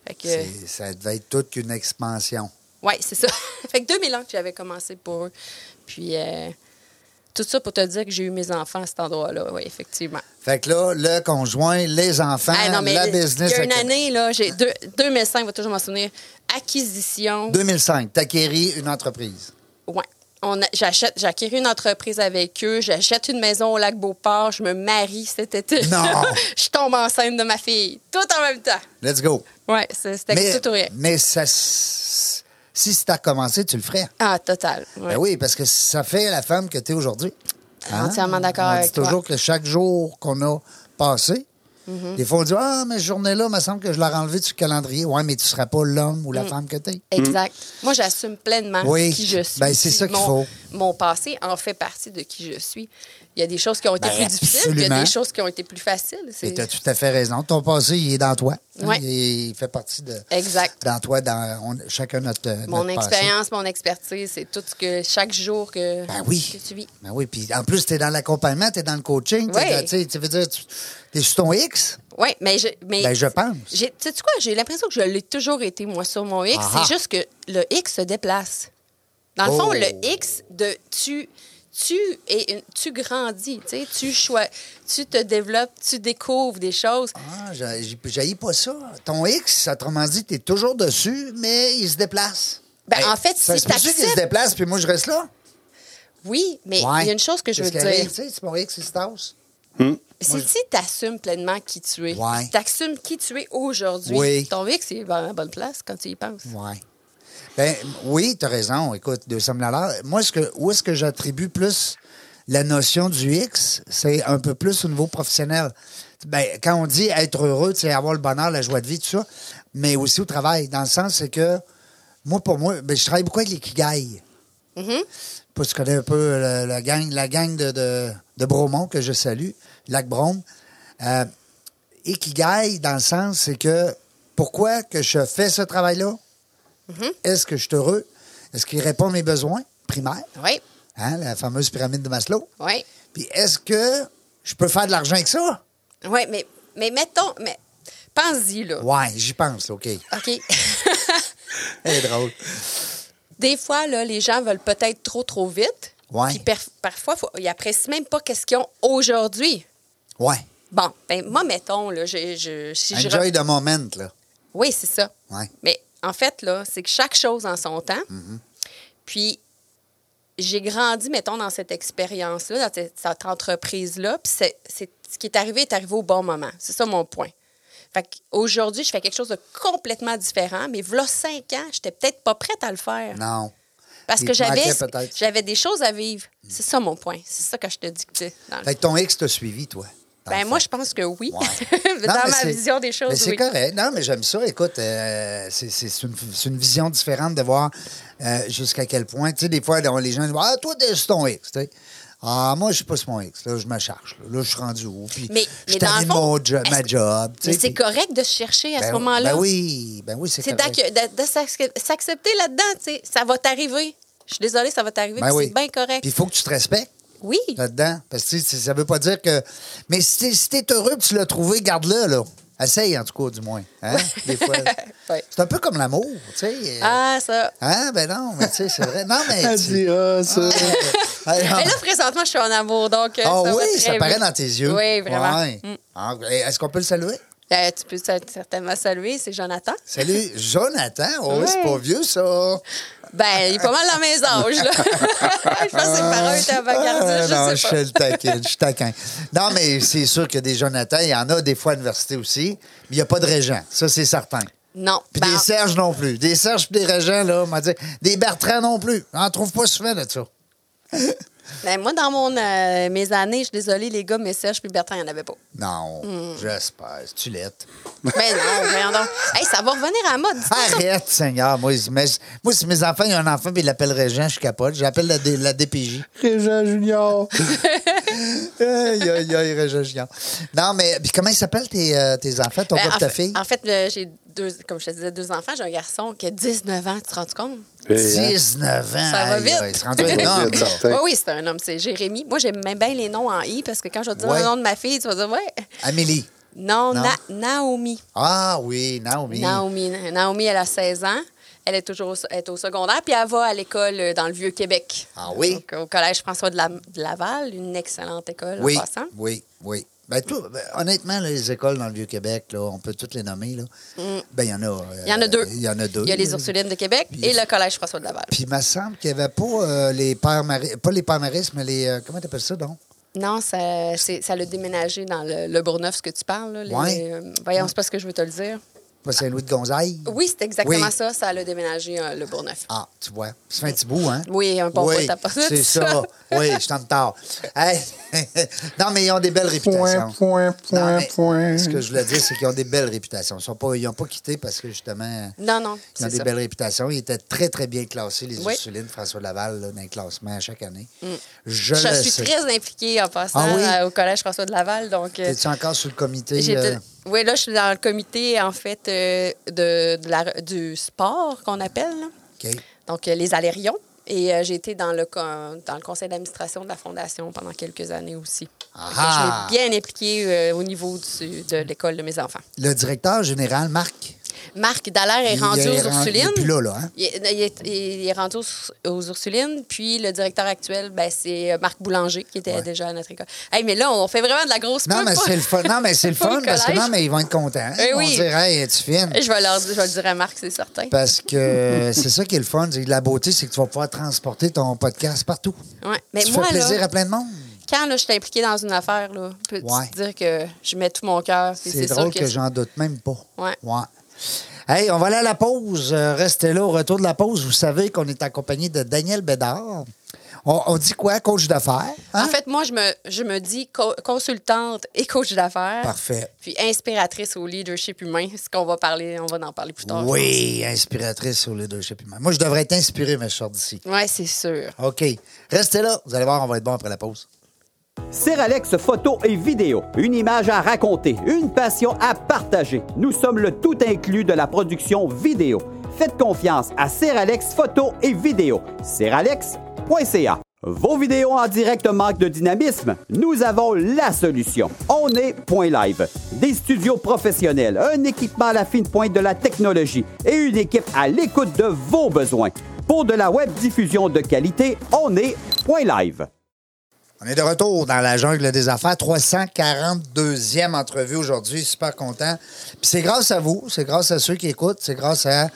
Speaker 3: Fait que,
Speaker 1: C'est- Ça devait être toute une expansion.
Speaker 3: ouais, c'est ça. fait que 2000 ans que j'avais commencé pour eux. Puis, euh, tout ça pour te dire que j'ai eu mes enfants à cet endroit-là, oui, effectivement.
Speaker 1: Fait que là, le conjoint, les enfants,
Speaker 3: Ah, non, mais
Speaker 1: la
Speaker 3: il-
Speaker 1: business...
Speaker 3: Il y a une
Speaker 1: à Québec.
Speaker 3: année, là, j'ai deux- 2005, on va toujours m'en souvenir, acquisition.
Speaker 1: 2005, t'acquéris une entreprise.
Speaker 3: Ouais. On a- j'achète, j'acquéris une entreprise avec eux, j'achète une maison au lac Beauport, je me marie cet été.
Speaker 1: Non!
Speaker 3: je tombe enceinte de ma fille, tout en même temps.
Speaker 1: Let's go.
Speaker 3: Ouais, c'est- c'était
Speaker 1: Mais,
Speaker 3: tout ou rien.
Speaker 1: mais ça, s- si c'était commencé, tu le ferais.
Speaker 3: Ah, total. ouais. Ah.
Speaker 1: Ben oui, parce que ça fait la femme que tu es aujourd'hui.
Speaker 3: Entièrement d'accord
Speaker 1: On dit
Speaker 3: avec toi.
Speaker 1: toujours que chaque jour qu'on a passé,
Speaker 3: Mm-hmm.
Speaker 1: des fois on dit Ah, mais cette journée-là, me semble que je l'ai enlevée du calendrier. Ouais, mais tu ne
Speaker 3: Mm.
Speaker 1: seras pas l'homme ou la femme que tu es.
Speaker 3: Exact. Moi, j'assume pleinement
Speaker 1: Hmm. Oui.
Speaker 3: qui je suis.
Speaker 1: Ben, c'est ça qu'il
Speaker 3: Mon-
Speaker 1: faut.
Speaker 3: mon passé en fait partie de qui je suis. Il y a des choses qui ont été
Speaker 1: Ben,
Speaker 3: plus difficiles, il y a
Speaker 1: absolument.
Speaker 3: des choses qui ont été plus faciles.
Speaker 1: Et
Speaker 3: C'est
Speaker 1: tu as tout à fait raison. Ton passé, il est dans toi. hein,
Speaker 3: Ouais.
Speaker 1: Il, il fait partie de.
Speaker 3: Exact.
Speaker 1: Dans toi, dans on- chacun notre. euh,
Speaker 3: mon
Speaker 1: notre passé.
Speaker 3: expérience, mon expertise, c'est tout ce que chaque jour que,
Speaker 1: Ben oui.
Speaker 3: que tu vis.
Speaker 1: Ben oui, puis en plus, tu es dans l'accompagnement, tu es dans le coaching. t'es
Speaker 3: Oui.
Speaker 1: dans- tu sais, Tu veux dire, tu es sur ton X?
Speaker 3: Oui, mais je. Mais
Speaker 1: Ben, je pense.
Speaker 3: J'ai- Tu sais quoi? J'ai l'impression que je l'ai toujours été, moi, sur mon X.
Speaker 1: Ah ah.
Speaker 3: C'est juste que le X se déplace. Dans le fond,
Speaker 1: Oh.
Speaker 3: le X de tu. Tu, es une- tu grandis, tu, sais, tu, choi- tu te développes, tu découvres des choses.
Speaker 1: Ah, j'a- j'ai- j'haillis pas ça. Ton X, autrement dit, tu es toujours dessus, mais il se déplace.
Speaker 3: Ben, en fait,
Speaker 1: ça
Speaker 3: si
Speaker 1: se peut-tu qu'il se
Speaker 3: t'acceptes-
Speaker 1: déplace, puis moi, je reste là?
Speaker 3: Oui, mais il
Speaker 1: Ouais.
Speaker 3: y a une chose que je veux
Speaker 1: Qu'est-ce
Speaker 3: dire.
Speaker 1: qu'il arrive, tu sais, C'est mon X, il se tasse.
Speaker 3: C'est si tu assumes pleinement qui tu es,
Speaker 1: Ouais.
Speaker 3: si tu assumes qui tu es aujourd'hui,
Speaker 1: Oui.
Speaker 3: ton X est dans la bonne place quand tu y penses.
Speaker 1: Oui. Ben, oui, tu as raison. Écoute, 200 000 Moi, ce que, où est-ce que j'attribue plus la notion du X, c'est un peu plus au niveau professionnel. Ben, quand on dit être heureux, c'est avoir le bonheur, la joie de vie, tout ça, mais aussi au travail, dans le sens, c'est que moi, pour moi, ben, je travaille beaucoup avec les Kigai. Pas tu connais un peu le- la gang, la gang de, de, de Bromont que je salue, Lac Brome. Euh, ikigai, dans le sens, c'est que pourquoi que je fais ce travail-là? Est-ce que je suis heureux? Est-ce qu'il répond à mes besoins primaires?
Speaker 3: Oui,
Speaker 1: Hein, la fameuse pyramide de Maslow.
Speaker 3: oui.
Speaker 1: Puis est-ce que je peux faire de l'argent avec ça?
Speaker 3: Oui, mais, mais mettons, mais pense-y, là.
Speaker 1: Ouais, j'y pense, OK.
Speaker 3: OK.
Speaker 1: C'est drôle.
Speaker 3: Des fois, là, les gens veulent peut-être trop, trop vite.
Speaker 1: Ouais.
Speaker 3: Puis perf- parfois, faut- ils apprécient même pas qu'est-ce qu'ils ont aujourd'hui.
Speaker 1: Ouais.
Speaker 3: Bon, ben, moi, mettons, là, je, je, si je
Speaker 1: Enjoy the moment, là.
Speaker 3: Oui, c'est ça.
Speaker 1: Ouais. Mm-hmm.
Speaker 3: Mais en fait, là, c'est que chaque chose en son temps. Puis, j'ai grandi, mettons, dans cette expérience-là, dans cette, cette entreprise-là. Puis, c'est, c'est- ce qui est arrivé est arrivé au bon moment. C'est ça mon point. Fait qu'aujourd'hui, je fais quelque chose de complètement différent, mais v'là cinq ans, j'étais peut-être pas prête à le faire.
Speaker 1: Non.
Speaker 3: Parce
Speaker 1: Il
Speaker 3: que
Speaker 1: te
Speaker 3: j'avais,
Speaker 1: manquait peut-être. Mm.
Speaker 3: j'avais des choses à vivre. C'est ça mon point. C'est ça que je te dis. que tu- dans le-
Speaker 1: Fait que ton ex t'a suivi, toi. dans le
Speaker 3: Ben,
Speaker 1: fond.
Speaker 3: moi, je pense que oui.
Speaker 1: Ouais.
Speaker 3: dans
Speaker 1: Non, mais
Speaker 3: ma
Speaker 1: c'est-
Speaker 3: vision des
Speaker 1: mais
Speaker 3: choses,
Speaker 1: c'est
Speaker 3: oui.
Speaker 1: correct. Non, mais j'aime ça. Écoute, euh, c'est c'est une, c'est une vision différente de voir euh, jusqu'à quel point. Tu sais, des fois, on- les gens disent Ah, toi, t'es sur ton X. Tu sais. Ah, moi, je suis pas sur mon X. Là, je me charge. Là, Là, je suis rendu où? Puis,
Speaker 3: Mais-
Speaker 1: je
Speaker 3: mais
Speaker 1: suis
Speaker 3: dans
Speaker 1: tanné
Speaker 3: le
Speaker 1: de
Speaker 3: fond,
Speaker 1: mon job, ma
Speaker 3: est-ce-
Speaker 1: job. tu
Speaker 3: Mais
Speaker 1: sais,
Speaker 3: c'est
Speaker 1: puis-
Speaker 3: correct de se chercher à
Speaker 1: Ben,
Speaker 3: ce moment-là.
Speaker 1: Ben oui, ben oui, c'est
Speaker 3: C'est
Speaker 1: correct.
Speaker 3: d'acc- de, de s'ac- s'accepter là-dedans, tu sais. Ça va t'arriver. Je suis désolée, ça va t'arriver,
Speaker 1: Ben
Speaker 3: puis
Speaker 1: oui.
Speaker 3: c'est bien correct.
Speaker 1: Puis il faut que tu te respectes
Speaker 3: oui.
Speaker 1: là-dedans. Parce que tu sais, ça veut pas dire que. Mais si t'es, si t'es heureux que tu l'as trouvé, garde-le, là. Essaye, en tout cas, du moins. Hein? Des fois.
Speaker 3: Ouais.
Speaker 1: C'est un peu comme l'amour, tu sais. euh,
Speaker 3: Ah, ça.
Speaker 1: Hein? Ben non, mais tu sais, c'est vrai. Non, mais.
Speaker 2: Elle
Speaker 1: tu-
Speaker 2: dit, ah, ça.
Speaker 1: Ah, non.
Speaker 3: Mais là, présentement, je suis en amour, donc. euh,
Speaker 1: Ah
Speaker 3: va
Speaker 1: oui,
Speaker 3: très
Speaker 1: ça
Speaker 3: bien.
Speaker 1: paraît dans tes yeux.
Speaker 3: Oui, vraiment.
Speaker 1: Ouais.
Speaker 3: Mm.
Speaker 1: Ah, et Est-ce qu'on peut le saluer?
Speaker 3: Euh, tu peux cer- certainement saluer, c'est Jonathan.
Speaker 1: Salut, Jonathan. Oh, c'est pas vieux, ça.
Speaker 3: Ben, il est pas mal dans mes âges, là. je pense que ses parents étaient
Speaker 1: Ah,
Speaker 3: avant-gardistes,
Speaker 1: non, je
Speaker 3: je sais
Speaker 1: suis
Speaker 3: pas.
Speaker 1: le taquin, je suis taquin. Non, mais c'est sûr que des Jonathan, il y en a des fois à l'université aussi, mais il n'y a pas de régent. Ça, c'est certain.
Speaker 3: Non.
Speaker 1: Puis
Speaker 3: Ben,
Speaker 1: des Serge non plus. Des Serge puis des régents, là, on m'a dit. Des Bertrand non plus. On n'en trouve pas souvent de ça.
Speaker 3: ben, moi, dans mon, euh, mes années, je suis désolée, les gars, mais Serge puis Bertrand, il n'y en avait pas.
Speaker 1: Non,
Speaker 3: Mm.
Speaker 1: j'espère. Tu l'être.
Speaker 3: Ben non, voyons donc. Hey, ça va revenir à la mode. dis-moi ça.
Speaker 1: Arrête, Seigneur. Moi, je- mais- moi, si mes enfants, il y a un enfant puis ils l'appellent Régent, je capote. J'appelle la, D- la DPJ.
Speaker 2: Régent Junior.
Speaker 1: aïe, aïe, aïe, Régent Junior. Non, mais puis comment ils s'appellent tes, euh, tes enfants, ton
Speaker 3: Ben,
Speaker 1: gars
Speaker 3: en,
Speaker 1: et ta
Speaker 3: fait-
Speaker 1: fille?
Speaker 3: en fait, là, j'ai deux, comme je te disais, deux enfants. J'ai un garçon qui a 19 ans, tu te rends compte?
Speaker 2: Et, hein,
Speaker 1: 19 ans.
Speaker 3: Ça va
Speaker 1: aïe,
Speaker 3: vite.
Speaker 1: aïe, C'est rendu
Speaker 2: Ça va
Speaker 1: énorme.
Speaker 2: vite,
Speaker 1: là.
Speaker 2: certain.
Speaker 3: Oui,
Speaker 2: T'es-
Speaker 3: oui, c'est un homme, c'est Jérémy. Moi, j'aime même bien les noms en I parce que quand je vais te dire
Speaker 1: Ouais.
Speaker 3: le nom de ma fille, tu vas dire, ouais.
Speaker 1: Amélie.
Speaker 3: Non,
Speaker 1: Non.
Speaker 3: Na- Naomi.
Speaker 1: Ah oui, Naomi.
Speaker 3: Naomi. Naomi, elle a 16 ans. Elle est toujours au- elle est au secondaire, puis elle va à l'école euh, dans le Vieux-Québec.
Speaker 1: Ah oui?
Speaker 3: Donc, au collège François de, la- de Laval, une excellente école
Speaker 1: Oui,
Speaker 3: en passant.
Speaker 1: oui, oui. Ben, tout- ben, honnêtement, là, les écoles dans le Vieux-Québec, là, on peut toutes les nommer. Là. Ben, il y en a. euh,
Speaker 3: Mm. Il y en a deux.
Speaker 1: Il y en a deux.
Speaker 3: Il y a les Ursulines de Québec
Speaker 1: Puis-
Speaker 3: et le collège François de Laval.
Speaker 1: Puis il me semble qu'il n'y avait pas euh, les pères maris, pas les pères maris, mais les. euh, comment t'appelles ça, donc?
Speaker 3: Non, ça, c'est- ça l'a déménagé dans le, le Bourgneuf, ce que tu parles. Là, les-
Speaker 1: Ouais.
Speaker 3: euh, voyons, c'est pas ce que je veux te le dire.
Speaker 1: Pas Saint-Louis de Gonzaille?
Speaker 3: Oui, c'est exactement
Speaker 1: Oui.
Speaker 3: ça. Ça a déménagé euh, le Bourgneuf.
Speaker 1: Ah, tu vois. Ça fait un petit bout, hein?
Speaker 3: Oui, un bon bout à part de
Speaker 1: C'est
Speaker 3: ça.
Speaker 1: ça. Oui, je t'en tard. Hey, non, mais ils ont des belles réputations.
Speaker 2: point,
Speaker 1: Non,
Speaker 2: point,
Speaker 1: mais
Speaker 2: point.
Speaker 1: Ce que je voulais dire, c'est qu'ils ont des belles réputations. Ils sont pas- Ils n'ont pas quitté parce que justement.
Speaker 3: Non, non,
Speaker 1: Ils ont
Speaker 3: c'est
Speaker 1: des
Speaker 3: ça.
Speaker 1: belles réputations. Ils étaient très, très bien classés, les
Speaker 3: Oui.
Speaker 1: Ursulines, François Laval, là, dans les classements à chaque année. Je,
Speaker 3: Je
Speaker 1: le
Speaker 3: suis
Speaker 1: sais.
Speaker 3: très impliquée en passant
Speaker 1: Ah oui?
Speaker 3: euh, au Collège François de Laval. Donc, euh,
Speaker 1: T'es-tu encore sur le comité?
Speaker 3: j'ai
Speaker 1: euh,
Speaker 3: peut- Oui, là, je suis dans le comité, en fait, euh, de, de la- du sport qu'on appelle, là.
Speaker 1: OK.
Speaker 3: donc euh, les Alérions. Et euh, j'ai été dans le, con- dans le conseil d'administration de la Fondation pendant quelques années aussi.
Speaker 1: Ah
Speaker 3: Fait que
Speaker 1: ah!
Speaker 3: Je l'ai bien impliquée euh, au niveau du- de l'école de mes enfants.
Speaker 1: Le directeur général, Marc.
Speaker 3: Marc Dallaire est
Speaker 1: il
Speaker 3: rendu
Speaker 1: est
Speaker 3: aux
Speaker 1: ren- il est
Speaker 3: Ursulines.
Speaker 1: plus là, là, hein?
Speaker 3: Il est, il est- il est rendu aux, aux Ursulines. Puis le directeur actuel, ben, c'est Marc Boulanger, qui était
Speaker 1: Ouais.
Speaker 3: déjà à notre école. Hey, mais là, on fait vraiment de la grosse
Speaker 1: Non,
Speaker 3: pub,
Speaker 1: mais
Speaker 3: pas-
Speaker 1: c'est le fun. Non, mais c'est le
Speaker 3: pas
Speaker 1: fun parce que
Speaker 3: collège.
Speaker 1: non, mais ils vont être contents. hein.
Speaker 3: Eh
Speaker 1: Ils vont
Speaker 3: oui.
Speaker 1: dire, hey, es-tu fine?
Speaker 3: Je vais, leur, je vais le dire à Marc, c'est certain.
Speaker 1: Parce que euh, c'est ça qui est le fun. c'est que La beauté, c'est que tu vas pouvoir transporter ton podcast partout.
Speaker 3: Ouais. Mais
Speaker 1: tu
Speaker 3: moi,
Speaker 1: fais plaisir
Speaker 3: là,
Speaker 1: à plein de monde.
Speaker 3: quand là, je suis impliquée dans une affaire, là, peux
Speaker 1: Ouais.
Speaker 3: te dire que je mets tout mon cœur. puis
Speaker 1: C'est
Speaker 3: sûr
Speaker 1: drôle que, j'en doute même pas.
Speaker 3: Ouais.
Speaker 1: Hey, on va aller à la pause. Euh, restez là au retour de la pause. Vous savez qu'on est accompagné de Daniel Bédard. On, on dit quoi, coach d'affaires? hein?
Speaker 3: En fait, moi, je me, je me dis co- consultante et coach d'affaires.
Speaker 1: Parfait.
Speaker 3: Puis inspiratrice au leadership humain. Ce qu'on va parler, on va en parler plus tard.
Speaker 1: Oui, inspiratrice sur le leadership humain. Moi, je devrais être inspiré, mais je sors d'ici.
Speaker 3: Oui, c'est sûr.
Speaker 1: OK. Restez là. Vous allez voir, on va être bon après la pause.
Speaker 4: Seralex photo et vidéo, une image à raconter, une passion à partager. Nous sommes le tout inclus de la production vidéo. Faites confiance à Seralex photo et vidéo. Seralex.ca. Vos vidéos en direct manquent de dynamisme Nous avons la solution. On est Point Live. Des studios professionnels, un équipement à la fine pointe de la technologie et une équipe à l'écoute de vos besoins. Pour de la web diffusion de qualité, on est Point Live.
Speaker 1: On est de retour dans la jungle des affaires. 342e entrevue aujourd'hui. Super content. Puis c'est grâce à vous, c'est grâce à ceux qui écoutent, c'est grâce à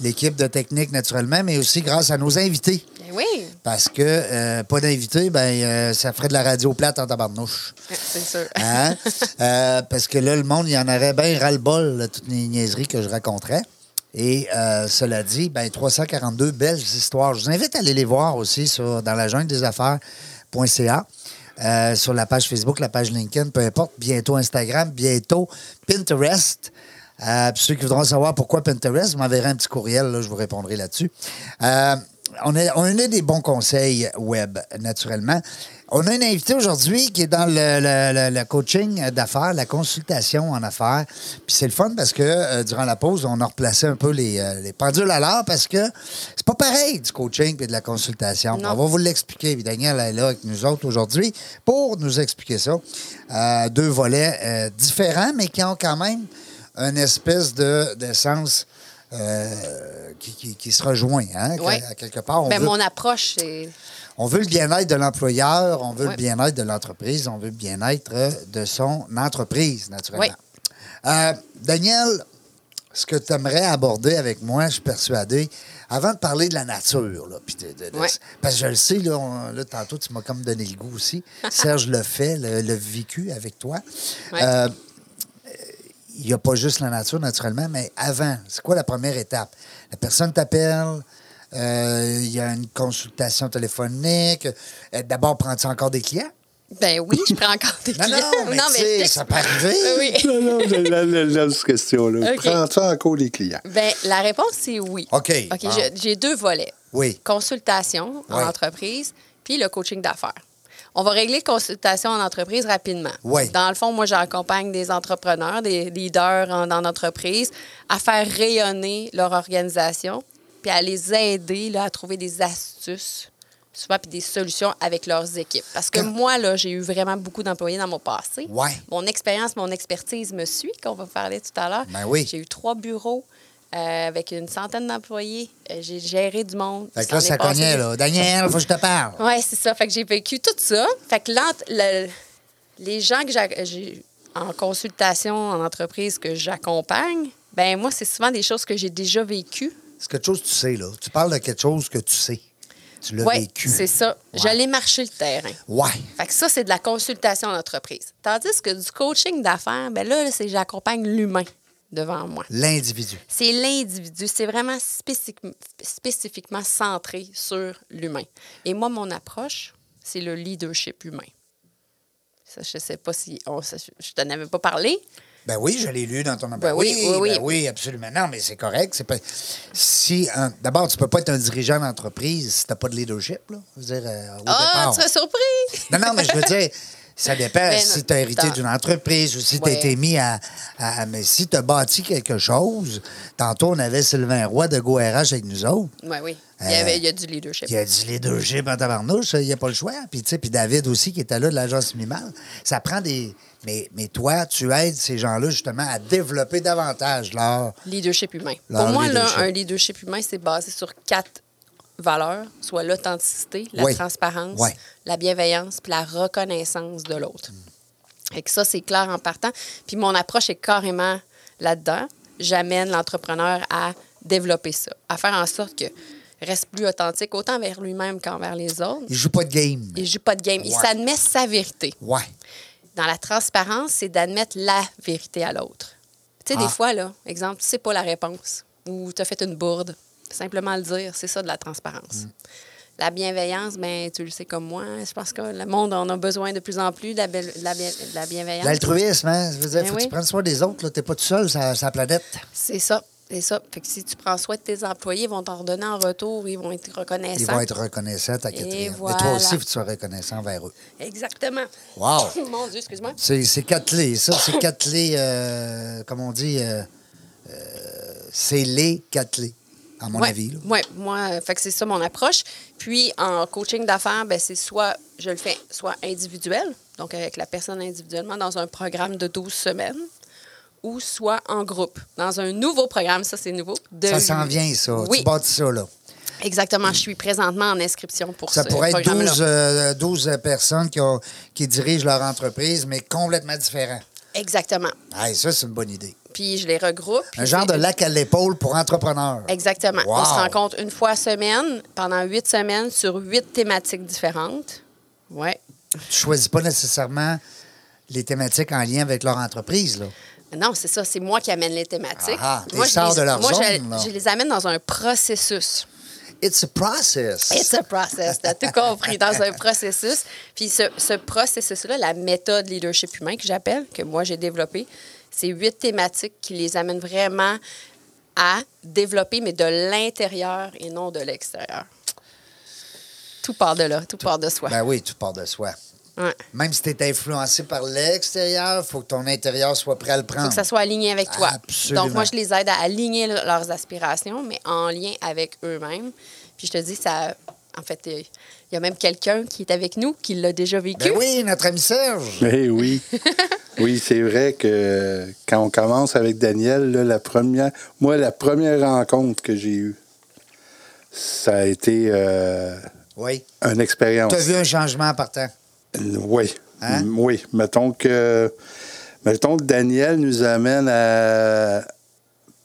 Speaker 1: l'équipe de technique, naturellement, mais aussi grâce à nos invités.
Speaker 3: Ben oui,
Speaker 1: Parce que euh, pas d'invités, ben, euh, ça ferait de la radio plate en tabarnouche.
Speaker 3: c'est sûr.
Speaker 1: Hein? Euh, parce que là, le monde, il y en aurait bien ras-le-bol, là, toutes les niaiseries que je raconterais. Et euh, cela dit, ben, 342 belles histoires. Je vous invite à aller les voir aussi sur, dans la jungle des affaires.ca. euh, sur la page Facebook, la page LinkedIn, peu importe, bientôt Instagram, bientôt Pinterest. Euh, puis ceux qui voudront savoir pourquoi Pinterest, vous m'enverrez un petit courriel, là, je vous répondrai là-dessus. Euh, on, a, on a des bons conseils web, naturellement. On a une invitée aujourd'hui qui est dans le, le- le- le coaching d'affaires, la consultation en affaires. Puis c'est le fun parce que euh, durant la pause, on a replacé un peu les, euh, les pendules à l'heure parce que c'est pas pareil du coaching et de la consultation.
Speaker 3: Non.
Speaker 1: On va vous l'expliquer. Puis Daniel est là avec nous autres aujourd'hui pour nous expliquer ça. Euh, deux volets euh, différents, mais qui ont quand même une espèce de d'essence euh, qui, qui- qui se rejoint, hein, que-
Speaker 3: Ouais.
Speaker 1: à quelque part. On,
Speaker 3: Ben,
Speaker 1: veut,
Speaker 3: mon approche, c'est.
Speaker 1: on veut le bien-être de l'employeur, on veut le
Speaker 3: Ouais.
Speaker 1: bien-être de l'entreprise, on veut le bien-être euh, de son entreprise, naturellement.
Speaker 3: Ouais.
Speaker 1: Euh, Daniel, ce que tu aimerais aborder avec moi, je suis persuadé, avant de parler de la nature, là, puis de- de- de-
Speaker 3: Ouais.
Speaker 1: parce que je le sais, là, on- là, tantôt, tu m'as comme donné le goût aussi. Serge le fait, le, le vécu avec toi.
Speaker 3: Ouais.
Speaker 1: Euh, il n'y a pas juste la nature, naturellement, mais avant, c'est quoi la première étape? La personne t'appelle, euh, il y a une consultation téléphonique. Euh, D'abord, prends-tu encore des clients?
Speaker 3: Ben oui, je prends encore des
Speaker 1: Non,
Speaker 3: clients.
Speaker 1: non, mais, tu sais,
Speaker 3: je
Speaker 1: ça peut arriver.
Speaker 3: t'ex- Oui.
Speaker 2: Non, non, la, la, la, la question-là.
Speaker 3: OK.
Speaker 2: Prends-tu encore les clients?
Speaker 3: Ben, la réponse, c'est oui.
Speaker 1: OK.
Speaker 3: OK,
Speaker 1: Bon.
Speaker 3: je- j'ai deux volets.
Speaker 1: Oui.
Speaker 3: Consultation en
Speaker 1: Ouais.
Speaker 3: entreprise, puis le coaching d'affaires. On va régler consultation en entreprise rapidement.
Speaker 1: Ouais.
Speaker 3: Dans le fond, moi, j'accompagne des entrepreneurs, des leaders en, en entreprise à faire rayonner leur organisation, puis à les aider là, à trouver des astuces, souvent, puis des solutions avec leurs équipes. Parce que
Speaker 1: Quand-
Speaker 3: moi, là, j'ai eu vraiment beaucoup d'employés dans mon passé.
Speaker 1: Ouais.
Speaker 3: Mon expérience, mon expertise me suit, qu'on va parler tout à l'heure.
Speaker 1: Ben oui.
Speaker 3: J'ai eu trois bureaux euh, avec une centaine d'employés. Euh, J'ai géré du monde.
Speaker 1: Fait que là, ça cognait, là. Daniel, faut que je te parle.
Speaker 3: Oui, c'est ça. Fait que j'ai vécu tout ça. Fait que l'ent- le- les gens que j'a- j'ai en consultation en entreprise que j'accompagne, ben moi, c'est souvent des choses que j'ai déjà vécues.
Speaker 1: C'est quelque chose que tu sais, là. Tu parles de quelque chose que tu sais. Tu l'as
Speaker 3: Oui,
Speaker 1: vécu.
Speaker 3: c'est ça.
Speaker 1: Ouais.
Speaker 3: J'allais marcher le terrain.
Speaker 1: Ouais.
Speaker 3: Fait que ça, c'est de la consultation en entreprise. Tandis que du coaching d'affaires, ben là, là, c'est j'accompagne l'humain devant moi.
Speaker 1: L'individu.
Speaker 3: C'est l'individu. C'est vraiment spécifi- spécifiquement centré sur l'humain. Et moi, mon approche, c'est le leadership humain. Ça, je ne sais pas si... on- ça, je je t'en avais pas parlé.
Speaker 1: Ben oui, je l'ai lu dans ton
Speaker 3: Ben oui, oui, oui.
Speaker 1: ben oui, absolument. Non, mais c'est correct. C'est pas... si, un- D'abord, tu peux pas être un dirigeant d'entreprise si tu n'as pas de leadership. Là. Je veux dire, euh, au
Speaker 3: Ah,
Speaker 1: départ.
Speaker 3: tu serais surpris!
Speaker 1: Non, non, mais je veux dire, ça dépend
Speaker 3: Mais
Speaker 1: si
Speaker 3: non,
Speaker 1: tu as hérité
Speaker 3: t'as-
Speaker 1: d'une entreprise ou si tu as
Speaker 3: Ben, Ouais.
Speaker 1: été mis à, à- Mais si tu as bâti quelque chose, tantôt, on avait Sylvain Roy de GoRH avec nous autres.
Speaker 3: Oui, oui. Il y,
Speaker 1: Euh,
Speaker 3: avait, il y a du leadership.
Speaker 1: Il a dit leadership en tabarnouche, il n'y a pas le choix. Puis, tu sais, puis David aussi, qui était là de l'agence minimale. Ça prend des. Mais, mais toi, tu aides ces gens-là justement à développer davantage leur.
Speaker 3: Leadership humain.
Speaker 1: Leur
Speaker 3: Pour moi,
Speaker 1: leadership.
Speaker 3: Là, un leadership humain, c'est basé sur quatre valeurs, soit l'authenticité, la
Speaker 1: Oui.
Speaker 3: transparence,
Speaker 1: Oui.
Speaker 3: la bienveillance, puis la reconnaissance de l'autre. Et que ça, c'est clair en partant. Puis mon approche est carrément là-dedans. J'amène l'entrepreneur à développer ça, à faire en sorte que reste plus authentique autant envers lui-même qu'envers les autres.
Speaker 1: Ils jouent pas de game.
Speaker 3: Il joue pas de game. Il
Speaker 1: Ouais.
Speaker 3: s'admet sa vérité.
Speaker 1: Ouais.
Speaker 3: dans la transparence, c'est d'admettre la vérité à l'autre. Tu sais,
Speaker 1: Ah.
Speaker 3: des fois, là, exemple, tu sais pas la réponse ou tu as fait une bourde. Simplement le dire, c'est ça de la transparence.
Speaker 1: Mm.
Speaker 3: La bienveillance, ben, tu le sais comme moi, je pense que le monde en a besoin de plus en plus de la, belle- de la bien- de la bienveillance.
Speaker 1: L'altruisme, hein? Je veux dire,
Speaker 3: Ben
Speaker 1: faut que
Speaker 3: oui.
Speaker 1: tu prennes soin des autres, là. T'es pas tout seul sur la- sur la planète.
Speaker 3: C'est ça, c'est ça. Fait que si tu prends soin de tes employés, ils vont t'en redonner en retour, ils vont être reconnaissants.
Speaker 1: Ils vont être reconnaissants, t'inquiète
Speaker 3: Et
Speaker 1: rien. Mais toi
Speaker 3: voilà.
Speaker 1: aussi, faut que tu sois reconnaissant envers eux.
Speaker 3: Exactement.
Speaker 1: Wow.
Speaker 3: Mon Dieu, excuse-moi.
Speaker 1: C'est c'est quatre clés. Ça, c'est quatre clés, euh, comme on dit, euh, euh, c'est les quatre clés, à mon
Speaker 3: Ouais,
Speaker 1: avis. là.
Speaker 3: ouais, moi, euh, fait que c'est ça mon approche. Puis en coaching d'affaires, ben, c'est soit je le fais soit individuel, donc avec la personne individuellement dans un programme de 12 semaines, ou soit en groupe, dans un nouveau programme, ça c'est nouveau. de-
Speaker 1: Ça s'en vient, ça.
Speaker 3: Oui,
Speaker 1: Tu bâtis ça, là.
Speaker 3: exactement. Je suis présentement en inscription pour
Speaker 1: Ça
Speaker 3: ce
Speaker 1: pourrait être
Speaker 3: programme-là.
Speaker 1: 12, euh, 12 personnes qui, ont- qui dirigent leur entreprise, mais complètement différents.
Speaker 3: Exactement.
Speaker 1: Ah, et ça, c'est une bonne idée.
Speaker 3: Puis je les regroupe. puis
Speaker 1: Un genre
Speaker 3: c'est-
Speaker 1: de lac à l'épaule pour entrepreneurs.
Speaker 3: Exactement.
Speaker 1: Wow.
Speaker 3: On se rencontre une fois semaine, pendant huit semaines, sur huit thématiques différentes. Ouais.
Speaker 1: Tu choisis pas nécessairement les thématiques en lien avec leur entreprise, là.
Speaker 3: Non, c'est ça, c'est moi qui amène les thématiques.
Speaker 1: Ah, ah,
Speaker 3: moi,
Speaker 1: t'es sors
Speaker 3: les-
Speaker 1: de leur
Speaker 3: moi, je-
Speaker 1: zone, là.
Speaker 3: je, les amène dans un processus.
Speaker 1: It's a process.
Speaker 3: It's a process, t'as tout compris, dans un processus. Puis ce, ce processus-là, la méthode leadership humain que j'appelle, que moi j'ai développée, c'est huit thématiques qui les amènent vraiment à développer, mais de l'intérieur et non de l'extérieur. Tout part de là, tout, part de soi. ben,
Speaker 1: Ben oui, tout part de soi.
Speaker 3: Ouais.
Speaker 1: Même si tu es influencé par l'extérieur, il faut que ton intérieur soit prêt à le prendre.
Speaker 3: faut que ça soit aligné avec toi.
Speaker 1: Absolument.
Speaker 3: Donc, moi, je les aide à aligner le- leurs aspirations, mais en lien avec eux-mêmes. Puis, je te dis, ça. En fait, euh, il y a même quelqu'un qui est avec nous qui l'a déjà vécu.
Speaker 1: Ben oui, notre ami Serge.
Speaker 2: Eh oui. oui, c'est vrai que quand on commence avec Daniel, là, la première, moi, la première rencontre que j'ai eue, ça a été euh,
Speaker 1: Oui.
Speaker 2: une expérience.
Speaker 1: Tu as vu un changement en partant.
Speaker 2: Oui.
Speaker 1: Hein?
Speaker 2: M- Oui. Mettons que, mettons que Daniel nous amène à,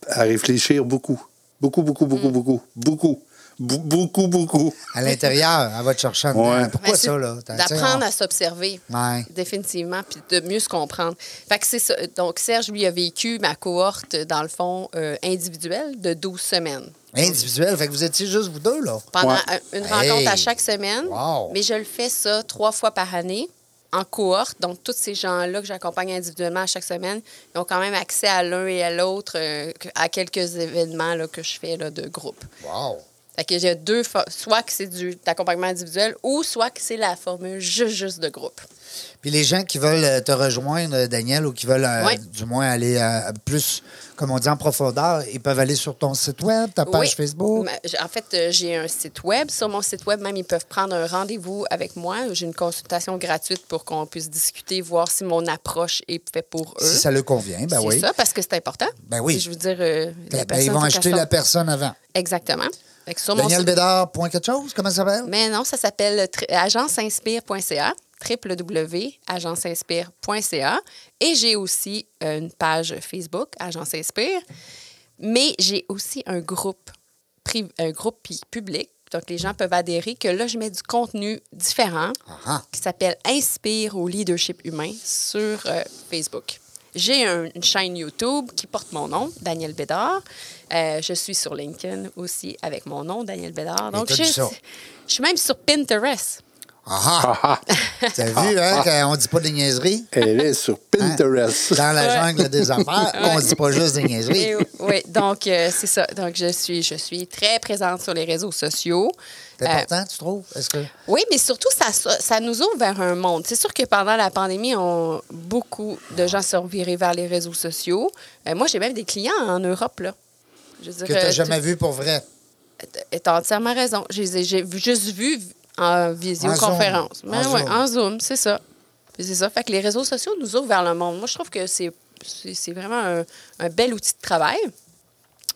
Speaker 2: à réfléchir beaucoup. Beaucoup, beaucoup, beaucoup,
Speaker 1: Mm.
Speaker 2: beaucoup. Beaucoup. Bou- Beaucoup, beaucoup.
Speaker 1: À l'intérieur, elle va te chercher en dedans.
Speaker 2: Ouais.
Speaker 1: Pourquoi
Speaker 3: Ben, c'est
Speaker 1: ça, là? T'as-
Speaker 3: D'apprendre
Speaker 1: t'sais,
Speaker 3: à s'observer.
Speaker 1: Ouais.
Speaker 3: Définitivement, puis de mieux se comprendre. Fait que c'est ça. Donc, Serge, lui, a vécu ma cohorte, dans le fond, euh, individuelle de 12 semaines.
Speaker 1: on- Individuel, fait que vous étiez juste vous deux, là.
Speaker 3: pendant
Speaker 2: Ouais.
Speaker 3: un- une
Speaker 1: Hey!
Speaker 3: rencontre à chaque semaine.
Speaker 1: Wow!
Speaker 3: Mais je le fais ça trois fois par année en cohorte. Donc, tous ces gens-là que j'accompagne individuellement à chaque semaine, ils ont quand même accès à l'un et à l'autre euh, que- à quelques événements là, que je fais là, de groupe.
Speaker 1: Wow.
Speaker 3: Fait que j'ai deux fois, soit que c'est du d'accompagnement individuel ou soit que c'est la formule juste, juste de groupe.
Speaker 1: Puis les gens qui veulent euh, te rejoindre, euh, Daniel, ou qui veulent euh,
Speaker 3: Ouais.
Speaker 1: du moins aller euh, plus, comme on dit, en profondeur, ils peuvent aller sur ton site web, ta page
Speaker 3: Oui.
Speaker 1: Facebook.
Speaker 3: Ma- j'- En fait, euh, j'ai un site web. Sur mon site web, même, ils peuvent prendre un rendez-vous avec moi. J'ai une consultation gratuite pour qu'on puisse discuter, voir si mon approche est faite pour eux.
Speaker 1: Si ça leur convient, ben
Speaker 3: c'est
Speaker 1: oui.
Speaker 3: ça, parce que c'est important.
Speaker 1: Ben oui.
Speaker 3: Je veux dire, euh, la
Speaker 1: Ben,
Speaker 3: personne,
Speaker 1: ils vont
Speaker 3: faut
Speaker 1: acheter
Speaker 3: qu'elle
Speaker 1: la
Speaker 3: sorte.
Speaker 1: personne avant.
Speaker 3: Exactement. Fait que sur mon
Speaker 1: Daniel
Speaker 3: site-
Speaker 1: Bédard, point quelque chose, comment ça s'appelle?
Speaker 3: Mais non, ça s'appelle tri- agenceinspire.ca, www.agenceinspire.ca. Et j'ai aussi euh, une page Facebook, Agence Inspire. Mais j'ai aussi un groupe, pri- un groupe pi- public. Donc, les gens peuvent adhérer que là, je mets du contenu différent
Speaker 1: Ah, ah.
Speaker 3: qui s'appelle Inspire au leadership humain sur euh, Facebook. J'ai un- une chaîne YouTube qui porte mon nom, Daniel Bédard. Euh, je suis sur LinkedIn aussi avec mon nom, Daniel Bédard.
Speaker 1: Mais
Speaker 3: Donc,
Speaker 1: t'as
Speaker 3: j'ai-
Speaker 1: dit ça.
Speaker 3: je suis même sur Pinterest.
Speaker 1: Ah ah! T'as vu, hein, qu'on dit pas de niaiseries?
Speaker 2: Elle est sur
Speaker 1: Hein?
Speaker 2: Pinterest.
Speaker 1: Dans la jungle des affaires, on dit pas juste des niaiseries.
Speaker 3: Et- Eh oui, donc, euh, c'est ça. Donc, je suis, je suis très présente sur les réseaux sociaux.
Speaker 1: C'est
Speaker 3: Euh,
Speaker 1: important, tu trouves? Est-ce que.
Speaker 3: Oui, mais surtout, ça, ça nous ouvre vers un monde. C'est sûr que pendant la pandémie, on, beaucoup de gens se revirés vers les réseaux sociaux. Euh, moi, j'ai même des clients en Europe, là. Je veux dire,
Speaker 1: Que t'as
Speaker 3: euh,
Speaker 1: jamais vu pour vrai?
Speaker 3: t- et T'as entièrement raison. Je les ai- J'ai vu- juste vu en visioconférence.
Speaker 1: En
Speaker 3: Mais
Speaker 1: Zoom.
Speaker 3: ouais, en Zoom, c'est ça. Puis C'est ça. Fait que les réseaux sociaux nous ouvrent vers le monde. Moi, je trouve que c'est c'est c'est vraiment un, un bel outil de travail.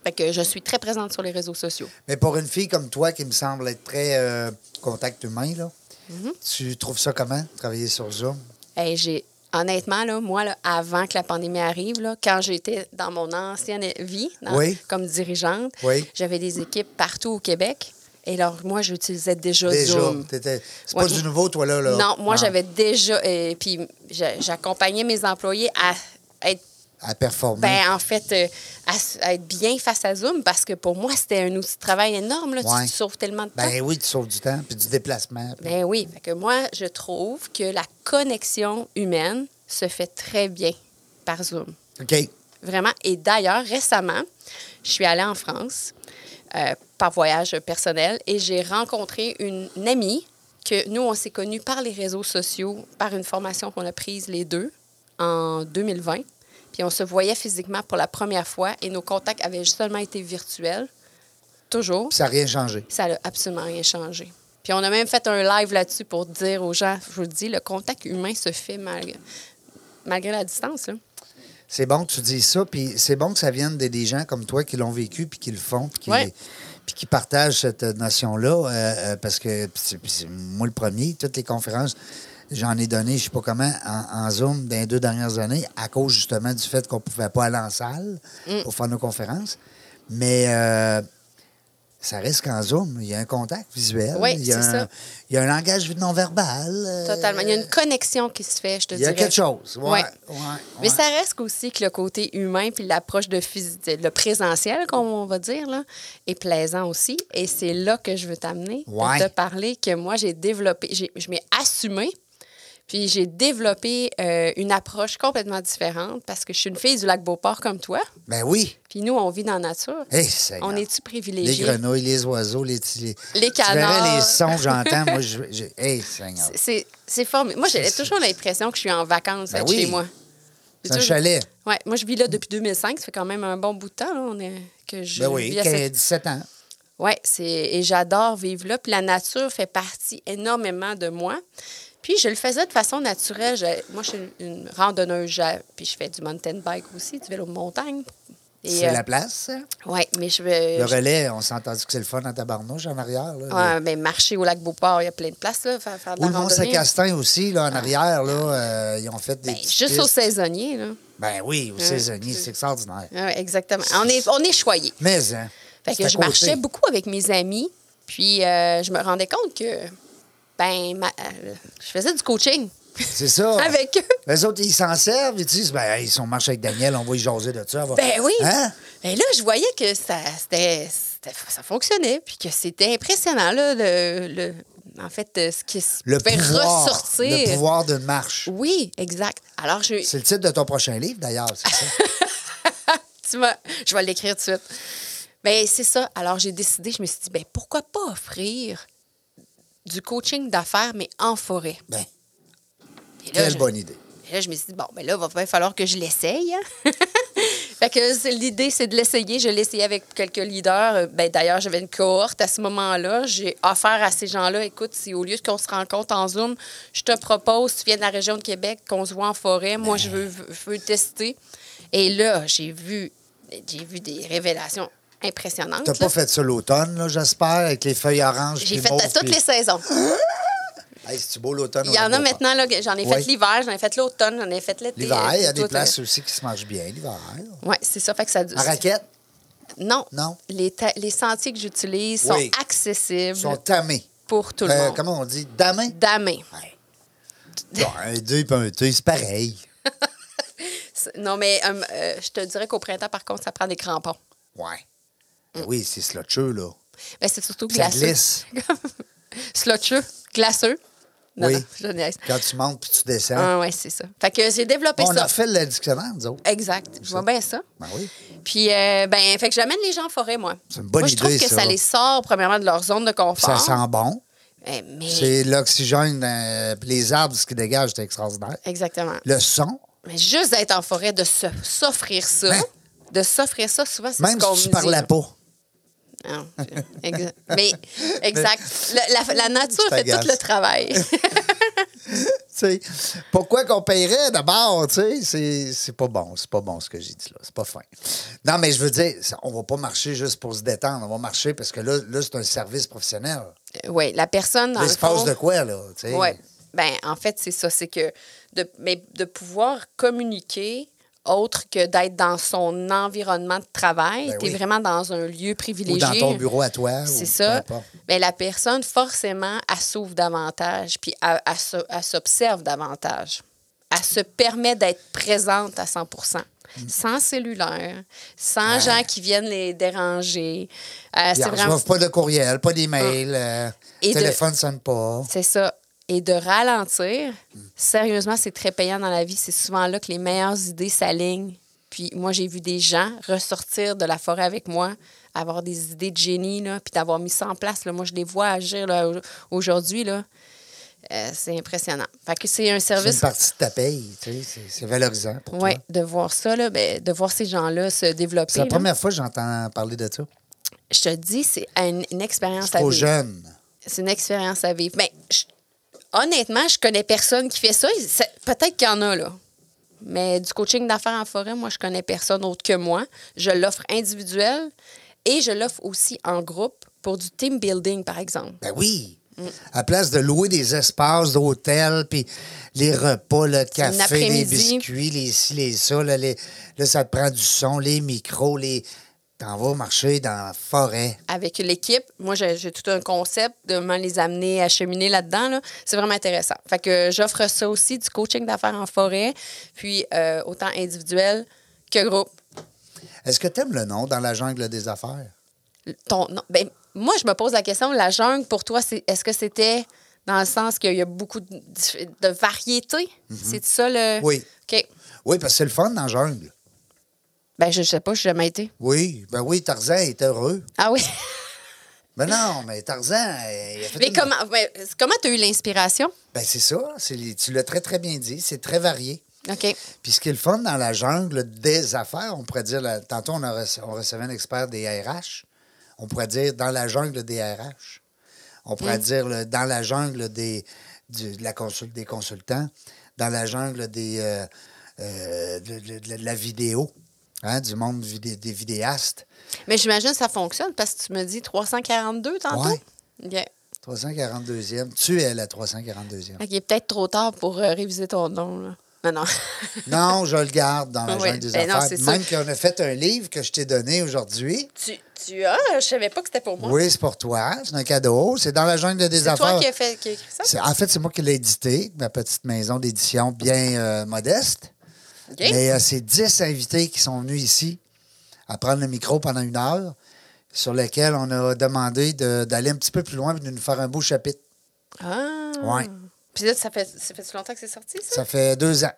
Speaker 3: Fait que je suis très présente sur les réseaux sociaux.
Speaker 1: Mais pour une fille comme toi qui me semble être très euh, contact humain, là,
Speaker 3: Mhm.
Speaker 1: tu trouves ça comment, travailler sur Zoom?
Speaker 3: Hey, j'ai honnêtement là, moi là, avant que la pandémie arrive là, quand j'étais dans mon ancienne vie dans-
Speaker 1: Oui.
Speaker 3: comme dirigeante,
Speaker 1: Oui.
Speaker 3: j'avais des équipes partout au Québec et alors moi j'utilisais déjà,
Speaker 1: Déjà,
Speaker 3: Zoom.
Speaker 1: t'étais- c'est
Speaker 3: Ouais.
Speaker 1: pas du nouveau, toi, là. là.
Speaker 3: Non, moi j'avais déjà et puis j'a- j'accompagnais mes employés à être
Speaker 1: À performer.
Speaker 3: ben, en fait, euh, à, s- à être bien face à Zoom, parce que pour moi, c'était un outil de travail énorme. Là.
Speaker 1: Ouais.
Speaker 3: Tu te sauves tellement de temps.
Speaker 1: Ben oui, tu sauves du temps, puis du déplacement. puis-
Speaker 3: hein? Ben oui, fait que moi, je trouve que la connexion humaine se fait très bien par Zoom.
Speaker 1: OK.
Speaker 3: Vraiment. Et d'ailleurs, récemment, je suis allée en France euh, par voyage personnel et j'ai rencontré une, une amie que nous, on s'est connus par les réseaux sociaux, par une formation qu'on a prise les deux en 2020. Puis on se voyait physiquement pour la première fois et nos contacts avaient seulement été virtuels, toujours.
Speaker 1: Puis ça n'a rien changé.
Speaker 3: Ça n'a absolument rien changé. Puis on a même fait un live là-dessus pour dire aux gens, je vous le dis, le contact humain se fait malgré, malgré la distance. là.
Speaker 1: C'est bon que tu dises ça, puis c'est bon que ça vienne des, des gens comme toi qui l'ont vécu, puis qui le font, puis qui,
Speaker 3: Ouais.
Speaker 1: puis qui partagent cette notion-là, euh, euh, parce que puis c'est- puis c'est moi le premier, toutes les conférences, j'en ai donné, je sais pas comment, en, en Zoom dans les deux dernières années, à cause justement du fait qu'on pouvait pas aller en salle
Speaker 3: Mm.
Speaker 1: pour faire nos conférences. Mais euh, ça reste qu'en Zoom, il y a un contact visuel,
Speaker 3: Oui,
Speaker 1: il, y a
Speaker 3: c'est
Speaker 1: un,
Speaker 3: ça.
Speaker 1: il y a un langage non-verbal. euh,
Speaker 3: Totalement. Il y a une connexion qui se fait, je te
Speaker 1: il
Speaker 3: dirais.
Speaker 1: y a quelque chose. Ouais,
Speaker 3: Ouais.
Speaker 1: ouais,
Speaker 3: Mais
Speaker 1: ouais.
Speaker 3: ça reste aussi que le côté humain puis l'approche de, phys- de- le présentiel, comme on va dire, là, est plaisant aussi. Et c'est là que je veux t'amener pour
Speaker 1: Ouais.
Speaker 3: te parler que moi, j'ai développé, j'ai- je m'ai assumé, puis j'ai développé euh, une approche complètement différente parce que je suis une fille du lac Beauport comme toi.
Speaker 1: Ben oui.
Speaker 3: Puis nous, on vit dans la nature.
Speaker 1: Hey, Seigneur.
Speaker 3: on est-tu
Speaker 1: Les
Speaker 3: privilégiés?
Speaker 1: grenouilles, les oiseaux, les petits- les,
Speaker 3: Les
Speaker 1: Tu verrais
Speaker 3: canards.
Speaker 1: les sons que j'entends. moi, je, je- hey, Seigneur.
Speaker 3: C'est- C'est c'est formidable. Moi, j'ai
Speaker 1: C'est-
Speaker 3: toujours l'impression que je suis en vacances
Speaker 1: Ben
Speaker 3: à
Speaker 1: oui.
Speaker 3: chez moi.
Speaker 1: C'est un chalet.
Speaker 3: Ouais, moi, je vis là depuis 2005. Ça fait quand même un bon bout de temps là, on est... que je
Speaker 1: Ben oui,
Speaker 3: vis à cette-
Speaker 1: 15, 17 ans.
Speaker 3: Ouais, c'est et j'adore vivre là. Puis la nature fait partie énormément de moi. Puis je le faisais de façon naturelle. Je- Moi, je suis une randonneuse. j'a- Puis je fais du mountain bike aussi, du vélo de montagne. Et,
Speaker 1: C'est
Speaker 3: euh,
Speaker 1: la place, ça.
Speaker 3: ouais, mais je vais.
Speaker 1: Le
Speaker 3: je-
Speaker 1: relais, on s'est entendu que c'est le fun en tabarnouche en arrière. là.
Speaker 3: ouais, ben, marcher au lac Beauport, il y a plein de places là, faire, faire de
Speaker 1: Ou
Speaker 3: la
Speaker 1: le
Speaker 3: randonnée.
Speaker 1: Mont-Saint-Castin aussi, là, en arrière, là, euh, ils ont fait des.
Speaker 3: Ah. Ben,
Speaker 1: petites
Speaker 3: juste Hum. aux
Speaker 1: pistes.
Speaker 3: saisonniers, là.
Speaker 1: Ben oui, aux saisonniers, c'est extraordinaire.
Speaker 3: Ah Ouais, exactement. On est, on est choyés.
Speaker 1: Mais, hein.
Speaker 3: Fait
Speaker 1: c'est
Speaker 3: que
Speaker 1: à
Speaker 3: je
Speaker 1: côté.
Speaker 3: marchais beaucoup avec mes amis, puis euh, je me rendais compte que ben ma- euh, je faisais du coaching
Speaker 1: C'est ça.
Speaker 3: avec eux.
Speaker 1: Les autres, ils s'en servent, ils disent, ben, ils sont marchés avec Daniel, on va y jaser de ça. on va-
Speaker 3: Ben oui.
Speaker 1: Hein?
Speaker 3: Ben là, je voyais que ça, c'était, c'était- ça fonctionnait, puis que c'était impressionnant là, le, le- en fait euh, ce qui se
Speaker 1: Le
Speaker 3: pouvait
Speaker 1: pouvoir,
Speaker 3: ressortir.
Speaker 1: Le pouvoir d'une marche.
Speaker 3: Oui, exact. Alors je,
Speaker 1: C'est le titre de ton prochain livre, d'ailleurs, c'est ça?
Speaker 3: tu m'as- je vais l'écrire tout de suite. Ben, c'est ça. Alors, j'ai décidé, je me suis dit, ben, pourquoi pas offrir du coaching d'affaires, mais en forêt?
Speaker 1: Ben,
Speaker 3: Et là,
Speaker 1: quelle
Speaker 3: je-
Speaker 1: bonne idée.
Speaker 3: et là, je me suis dit, bon, ben là, va bien falloir que je l'essaye. hein. fait que c'est- l'idée, c'est de l'essayer. Je l'ai essayé avec quelques leaders. Euh, Ben, D'ailleurs, j'avais une cohorte à ce moment-là. J'ai offert à ces gens-là, écoute, si au lieu qu'on se rencontre en Zoom, je te propose, tu viens de la région de Québec, qu'on se voit en forêt. Moi, je veux, je veux tester. Et là, j'ai vu, j'ai vu des révélations impressionnantes.
Speaker 1: T'as
Speaker 3: là.
Speaker 1: pas fait ça l'automne, là, j'espère, avec les feuilles oranges.
Speaker 3: J'ai
Speaker 1: puis
Speaker 3: fait à
Speaker 1: mauves,
Speaker 3: toutes
Speaker 1: puis-
Speaker 3: les saisons.
Speaker 1: Hey, c'est beau l'automne.
Speaker 3: Il y en a
Speaker 1: Oregon.
Speaker 3: maintenant, là, que j'en ai fait
Speaker 1: Oui.
Speaker 3: l'hiver, j'en ai fait l'automne, j'en ai fait l'été.
Speaker 1: L'hiver, il y a des
Speaker 3: Tout, euh,
Speaker 1: places aussi qui se mangent bien l'hiver.
Speaker 3: Oui, c'est ça. Fait que ça
Speaker 1: En raquette,
Speaker 3: Non.
Speaker 1: Non.
Speaker 3: Les, ta- les sentiers que j'utilise sont
Speaker 1: Oui.
Speaker 3: accessibles
Speaker 1: ils sont tamés.
Speaker 3: pour tout le
Speaker 1: Euh,
Speaker 3: monde.
Speaker 1: comment on dit? Damés?
Speaker 3: Damé.
Speaker 1: Ouais. Bon, un deux et un deux, c'est pareil.
Speaker 3: yes. Non, mais euh, euh, je te dirais qu'au printemps, par contre, ça prend des crampons.
Speaker 1: Ouais. Ben
Speaker 3: Mm.
Speaker 1: oui, c'est slotcheux, là.
Speaker 3: Mais c'est surtout
Speaker 1: Ça
Speaker 3: glaceux.
Speaker 1: glisse.
Speaker 3: Slotcheux, glaceux. Non,
Speaker 1: Oui.
Speaker 3: non, je niaise.
Speaker 1: Quand tu montes puis tu descends.
Speaker 3: Ah, ouais, c'est ça. Fait que j'ai développé
Speaker 1: on
Speaker 3: ça.
Speaker 1: a fait le dictionnaire, nous autres.
Speaker 3: Exact. Je vois bien ça.
Speaker 1: Ben oui.
Speaker 3: Puis, euh, ben, fait que j'amène les gens en forêt, moi.
Speaker 1: C'est une bonne
Speaker 3: moi, je trouve
Speaker 1: idée,
Speaker 3: que
Speaker 1: ça.
Speaker 3: ça. les sort, premièrement, de leur zone de
Speaker 1: Puis ça
Speaker 3: confort.
Speaker 1: sent bon.
Speaker 3: Eh, mais...
Speaker 1: C'est l'oxygène, euh, puis les arbres, ce qui dégage, c'est extraordinaire.
Speaker 3: Exactement.
Speaker 1: Le son,
Speaker 3: Mais juste d'être en forêt, de se- s'offrir ça,
Speaker 1: Hein?
Speaker 3: de s'offrir ça, souvent, c'est ce
Speaker 1: même
Speaker 3: qu'on
Speaker 1: si tu
Speaker 3: me
Speaker 1: parlais
Speaker 3: dit.
Speaker 1: pas.
Speaker 3: Non, je- Ah, exa- Mais, exact. Le- la, la nature
Speaker 1: Je
Speaker 3: fait tout
Speaker 1: t'agace.
Speaker 3: le travail.
Speaker 1: Tu sais, pourquoi qu'on paierait d'abord, tu sais, c'est- c'est pas bon, c'est pas bon ce que j'ai dit là, c'est pas fin. Non, mais je veux dire, ça- on va pas marcher juste pour se détendre, on va marcher parce que là, là c'est un service professionnel.
Speaker 3: oui, la personne, dans
Speaker 1: Là, il
Speaker 3: le
Speaker 1: se passe
Speaker 3: fond,
Speaker 1: de quoi, là, tu sais?
Speaker 3: Ouais. Ben, en fait, c'est ça. C'est que de, mais de pouvoir communiquer autre que d'être dans son environnement de travail,
Speaker 1: Ben
Speaker 3: tu es
Speaker 1: oui.
Speaker 3: vraiment dans un lieu
Speaker 1: Ou
Speaker 3: privilégié.
Speaker 1: dans ton bureau à toi.
Speaker 3: C'est
Speaker 1: ou
Speaker 3: ça. Ah,
Speaker 1: peu importe.
Speaker 3: Mais la personne, forcément, elle s'ouvre davantage, puis elle, elle se- elle s'observe davantage. Elle se permet d'être présente à 100
Speaker 1: Mm.
Speaker 3: sans cellulaire, sans gens qui viennent les déranger. Euh,
Speaker 1: Ils
Speaker 3: c'est
Speaker 1: ne
Speaker 3: vraiment. Ah.
Speaker 1: reçoivent pas de courriel, pas d'email, euh,
Speaker 3: Et
Speaker 1: le
Speaker 3: de-
Speaker 1: téléphone ne sonne pas.
Speaker 3: C'est ça. Et de ralentir, sérieusement, c'est très payant dans la vie. C'est souvent là que les meilleures idées s'alignent. Puis moi, j'ai vu des gens ressortir de la forêt avec moi, avoir des idées de génie, là, puis d'avoir mis ça en place. Là. Moi, je les vois agir là, au- aujourd'hui. là. Euh, c'est impressionnant. Fait que c'est un
Speaker 1: C'est une
Speaker 3: service
Speaker 1: partie de ta paye, tu sais, c'est- c'est valorisant pour
Speaker 3: ouais,
Speaker 1: toi.
Speaker 3: de voir ça, là, ben, de voir ces gens-là se développer.
Speaker 1: C'est la
Speaker 3: là.
Speaker 1: première fois que j'entends parler de ça.
Speaker 3: Je te dis, c'est une, une expérience
Speaker 1: C'est
Speaker 3: à
Speaker 1: trop
Speaker 3: vivre.
Speaker 1: jeune.
Speaker 3: c'est une expérience à vivre. Ben, je- honnêtement, je connais personne qui fait ça. Il- ça- Peut-être qu'il y en a, là. Mais du coaching d'affaires en forêt, moi, je connais personne autre que moi. Je l'offre individuel et je l'offre aussi en groupe pour du team building, par exemple.
Speaker 1: Ben oui. À place de louer des espaces d'hôtel, puis les repas, le café, les
Speaker 3: après-midi.
Speaker 1: biscuits, les ci, les ça, là, les- là, ça te prend du son, les micros, les. T'en vas marcher dans la forêt.
Speaker 3: Avec l'équipe, moi, j'ai j'ai tout un concept de comment les amener à cheminer là-dedans. là. C'est vraiment intéressant. Fait que j'offre ça aussi, du coaching d'affaires en forêt, puis euh, autant individuel que groupe.
Speaker 1: Est-ce que t'aimes le nom dans la jungle des affaires?
Speaker 3: ton non, ben, moi, je me pose la question, la jungle, pour toi, c'est, est-ce que c'était dans le sens qu'il y a beaucoup de, dif- de variétés? C'est ça le...
Speaker 1: Mhm. Oui.
Speaker 3: OK.
Speaker 1: Oui, parce que c'est le fun dans la jungle.
Speaker 3: Ben, je, je sais pas, je n'ai jamais été.
Speaker 1: Oui, ben oui, Tarzan est heureux.
Speaker 3: Ah oui?
Speaker 1: Ben non, mais Tarzan, il a fait
Speaker 3: Mais
Speaker 1: une-
Speaker 3: comment mais comment tu as eu l'inspiration?
Speaker 1: Ben c'est ça, c'est les- tu l'as très très bien dit, c'est très varié.
Speaker 3: OK.
Speaker 1: Puis ce qui est le fun dans la jungle des affaires, on pourrait dire, là, tantôt on, a rece- on recevait un expert des RH, on pourrait dire dans la jungle des RH, on pourrait dire le- dans la jungle des, du- de la consul- des consultants, dans la jungle des, euh, euh, de, de- de- de la vidéo, hein, du monde vidé- des vidéastes.
Speaker 3: Mais j'imagine que ça fonctionne parce que tu me dis 342 tantôt.
Speaker 1: Ouais.
Speaker 3: Bien.
Speaker 1: 342e, tu es la 342e.
Speaker 3: Fait qu'il est peut-être trop tard pour euh, réviser ton nom. Là. Non, non.
Speaker 1: Non, je le garde dans la
Speaker 3: Oui,
Speaker 1: jungle des
Speaker 3: ben non,
Speaker 1: affaires.
Speaker 3: c'est
Speaker 1: Même qu'on a fait un livre que je t'ai donné aujourd'hui.
Speaker 3: tu, tu as? Je savais pas que c'était pour moi.
Speaker 1: Oui, c'est pour toi. C'est un cadeau. C'est dans la jungle des
Speaker 3: C'est
Speaker 1: affaires.
Speaker 3: toi qui as, fait, qui as écrit ça?
Speaker 1: C'est- En fait, c'est moi qui l'ai édité, ma petite maison d'édition bien euh, modeste.
Speaker 3: OK.
Speaker 1: Mais euh, c'est 10 invités qui sont venus ici à prendre le micro pendant une heure, sur lesquels on a demandé de- d'aller un petit peu plus loin et de nous faire un beau chapitre.
Speaker 3: Ah.
Speaker 1: Ouais.
Speaker 3: Puis là, ça fait, ça fait longtemps que c'est sorti, ça?
Speaker 1: Ça fait deux ans,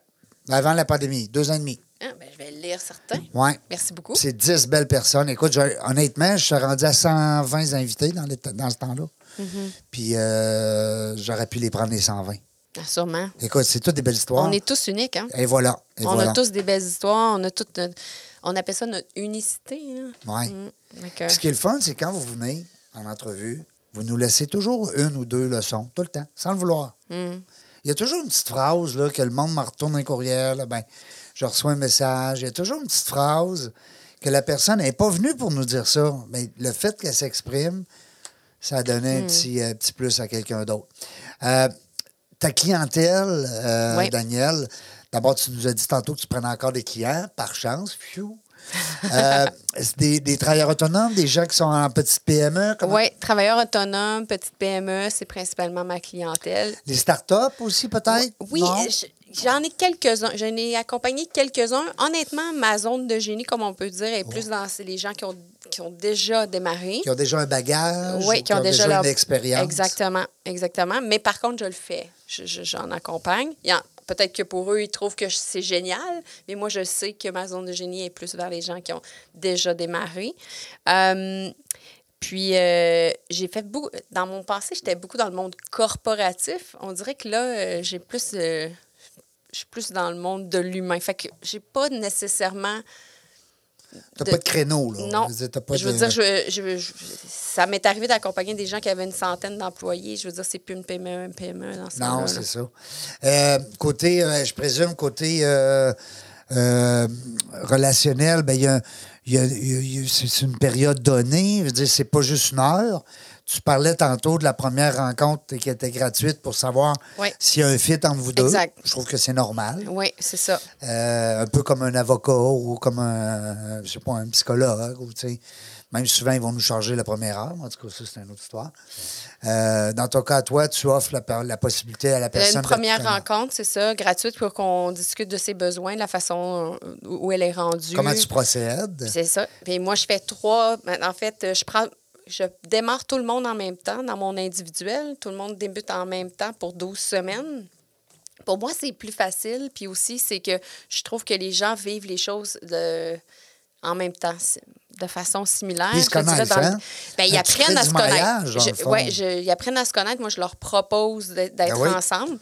Speaker 1: avant la pandémie, deux ans et demi.
Speaker 3: Ah, ben, je vais le lire certains.
Speaker 1: Ouais.
Speaker 3: Merci beaucoup.
Speaker 1: C'est 10 belles personnes. Écoute, je- honnêtement, je suis rendu à 120 invités dans, les- dans ce temps-là.
Speaker 3: Mm-hmm.
Speaker 1: Puis euh, j'aurais pu les prendre les 120.
Speaker 3: Ah, sûrement.
Speaker 1: Écoute, c'est toutes des belles histoires.
Speaker 3: On est tous uniques, hein?
Speaker 1: Et voilà. Et
Speaker 3: on
Speaker 1: voilà.
Speaker 3: a tous des belles histoires, on a toutes notre- On appelle ça notre unicité, là.
Speaker 1: Ouais.
Speaker 3: Mm. Donc,
Speaker 1: Puis
Speaker 3: euh,
Speaker 1: Ce qui est le fun, c'est quand vous venez en entrevue, vous nous laissez toujours une ou deux leçons, tout le temps, sans le vouloir. Il y a toujours une petite phrase là, que le monde me retourne un courriel, ben, je reçois un message. Il y a toujours une petite phrase que la personne n'est pas venue pour nous dire ça. Mais le fait qu'elle s'exprime, ça a donné un petit, euh, petit plus à quelqu'un d'autre. Euh, ta clientèle, euh,
Speaker 3: Oui.
Speaker 1: Daniel, d'abord, tu nous as dit tantôt que tu prenais encore des clients, par chance. Pfiou. Euh, c'est des, des travailleurs autonomes, des gens qui sont en petite PME, comment-
Speaker 3: ouais, travailleurs autonomes, petite PME, c'est principalement E, ma clientèle.
Speaker 1: les start-up aussi peut-être?
Speaker 3: Oui,
Speaker 1: Non?
Speaker 3: je- J'en ai quelques-uns. J'en ai accompagné quelques-uns. Honnêtement, ma zone de génie, comme on peut dire, est plus dans c'est les gens qui ont, qui ont déjà démarré.
Speaker 1: Qui ont déjà un bagage,
Speaker 3: Oui,
Speaker 1: ou qui ont déjà,
Speaker 3: leur-
Speaker 1: une expérience.
Speaker 3: Exactement, exactement. Mais par contre, je le fais. Je- je- J'en accompagne. Il y en- Peut-être que pour eux, ils trouvent que je- c'est génial, mais moi, je sais que ma zone de génie est plus vers les gens qui ont déjà démarré. Euh, puis, euh, j'ai fait beaucoup. Dans mon passé, j'étais beaucoup dans le monde corporatif. On dirait que là, euh, j'ai plus. euh, je suis plus dans le monde de l'humain. Fait que j'ai pas nécessairement
Speaker 1: T'as
Speaker 3: de-
Speaker 1: pas de créneau, là.
Speaker 3: non.
Speaker 1: Je veux dire, t'as pas
Speaker 3: je veux
Speaker 1: de-
Speaker 3: dire, je- je- je- ça m'est arrivé d'accompagner des gens qui avaient une centaine d'employés. Je veux dire, c'est plus une E, PME, une PME dans ce
Speaker 1: Non,
Speaker 3: cas-là,
Speaker 1: c'est
Speaker 3: là.
Speaker 1: ça. Euh, côté, euh, je présume, côté euh, euh, relationnel, ben, il y a, il y a- il y a- c'est c'est une période donnée. Je veux dire, c'est pas juste une heure. Tu parlais tantôt de la première rencontre qui était gratuite pour savoir
Speaker 3: Oui.
Speaker 1: s'il y a un fit entre vous deux.
Speaker 3: Exact.
Speaker 1: Je trouve que c'est normal.
Speaker 3: Oui, c'est ça.
Speaker 1: Euh, un peu comme un avocat ou comme un, euh, je sais pas, un psychologue. Ou, tu sais, même souvent, ils vont nous charger la première heure. En tout cas, ça, c'est une autre histoire. Euh, dans ton cas, toi, tu offres la, la possibilité à la
Speaker 3: Il y a
Speaker 1: personne.
Speaker 3: Une
Speaker 1: de-
Speaker 3: première rencontre, c'est ça, gratuite pour qu'on discute de ses besoins, de la façon euh, où elle est rendue.
Speaker 1: Comment tu procèdes?
Speaker 3: C'est ça. Puis moi, je fais trois. En fait, euh, je prends. Je démarre tout le monde en même temps dans mon individuel. Tout le monde débute en même temps pour 12 semaines. Pour moi, c'est plus facile. Puis aussi, c'est que je trouve que les gens vivent les choses de- en même temps, si- de façon similaire.
Speaker 1: Ils se
Speaker 3: je dirais,
Speaker 1: connaissent,
Speaker 3: le-
Speaker 1: hein? Un
Speaker 3: Ben, ils
Speaker 1: petit
Speaker 3: apprennent
Speaker 1: trait
Speaker 3: à
Speaker 1: du
Speaker 3: se
Speaker 1: mariage, dans
Speaker 3: connaître.
Speaker 1: le
Speaker 3: Je-
Speaker 1: fond.
Speaker 3: ouais, je- ils apprennent à se connaître. Moi, je leur propose d'être d'être
Speaker 1: Ben oui.
Speaker 3: ensemble.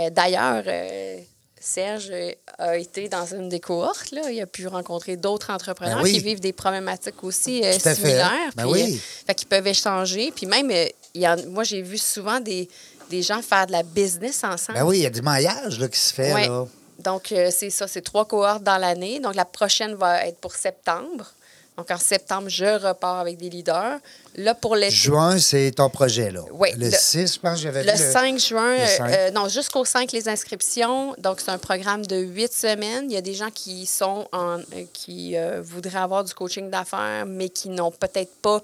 Speaker 3: Euh, D'ailleurs, euh, Serge euh, a été dans une des cohortes. Là. Il a pu rencontrer d'autres entrepreneurs
Speaker 1: Ben oui.
Speaker 3: qui vivent des problématiques aussi euh,
Speaker 1: Tout à fait.
Speaker 3: similaires.
Speaker 1: Ben
Speaker 3: puis,
Speaker 1: oui.
Speaker 3: euh, fait qu'ils peuvent échanger. Puis même, euh, il y en- moi, j'ai vu souvent des, des gens faire de la business ensemble.
Speaker 1: Ben oui, il y a du maillage là, qui se fait.
Speaker 3: Ouais.
Speaker 1: Là.
Speaker 3: Donc, euh, c'est ça, c'est trois cohortes dans l'année. Donc, la prochaine va être pour septembre. Donc, en septembre, je repars avec des leaders. Là, pour l'été,
Speaker 1: Juin, c'est ton projet. Là.
Speaker 3: Oui,
Speaker 1: le,
Speaker 3: le-
Speaker 1: 6, je pense que j'avais
Speaker 3: le
Speaker 1: vu
Speaker 3: 5 juin,
Speaker 1: le
Speaker 3: euh,
Speaker 1: cinq.
Speaker 3: euh, non, jusqu'au 5, les inscriptions. Donc, c'est un programme de huit semaines. Il y a des gens qui sont en, euh, qui euh, voudraient avoir du coaching d'affaires, mais qui n'ont peut-être pas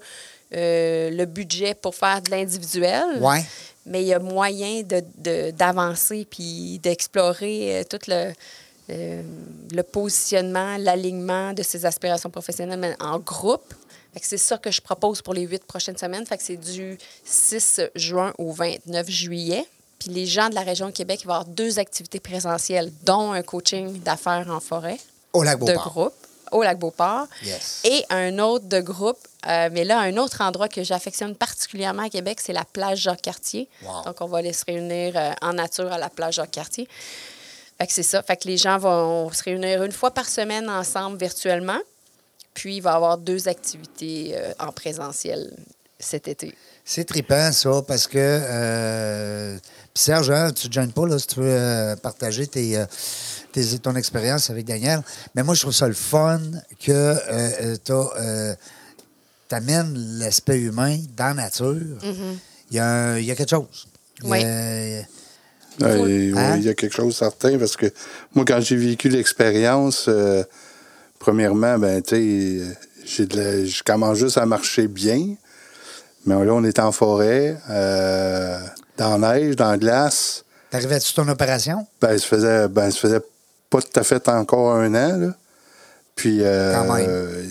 Speaker 3: euh, le budget pour faire de l'individuel.
Speaker 1: Ouais.
Speaker 3: Mais il y a moyen de- de- d'avancer puis d'explorer euh, tout le, euh, le positionnement, l'alignement de ses aspirations professionnelles mais en groupe. Fait que C'est ça que je propose pour les huit prochaines semaines. Fait que c'est du 6 juin au 29 juillet. Puis les gens de la région de Québec ils vont avoir deux activités présentielles, dont un coaching d'affaires en forêt
Speaker 1: Au lac
Speaker 3: de
Speaker 1: Beauport.
Speaker 3: groupe au lac Beauport
Speaker 1: Yes.
Speaker 3: et un autre de groupe. euh, mais là, un autre endroit que j'affectionne particulièrement à Québec, c'est la plage Jacques-Cartier.
Speaker 1: Wow.
Speaker 3: Donc, on va aller se réunir euh, en nature à la plage Jacques-Cartier. Fait que c'est ça. Fait que les gens vont se réunir une fois par semaine ensemble virtuellement. Puis, il va y avoir deux activités euh, en présentiel cet été.
Speaker 1: C'est trippant, ça, parce que. Euh, puis Serge, hein, tu ne te gênes pas là, si tu veux euh, partager tes, euh, tes- ton expérience avec Daniel. Mais moi, je trouve ça le fun que euh, tu amènes euh, l'aspect humain dans la nature. Il y, a un- il y a quelque chose. Il y a-
Speaker 2: Ouais,
Speaker 3: Cool.
Speaker 2: et oui,
Speaker 1: Hein?
Speaker 2: Euh, Il y a quelque chose de certain parce que moi, quand j'ai vécu l'expérience, euh, premièrement, ben, tu sais, j'ai de la- je commence juste à marcher bien. Mais là, on est en forêt, euh, dans la neige, dans la glace.
Speaker 1: T'arrivais-tu ton opération?
Speaker 2: Ben, ça faisait, ben, ça faisait pas tout à fait encore un an, là. Puis, euh,
Speaker 1: Quand même.
Speaker 2: euh,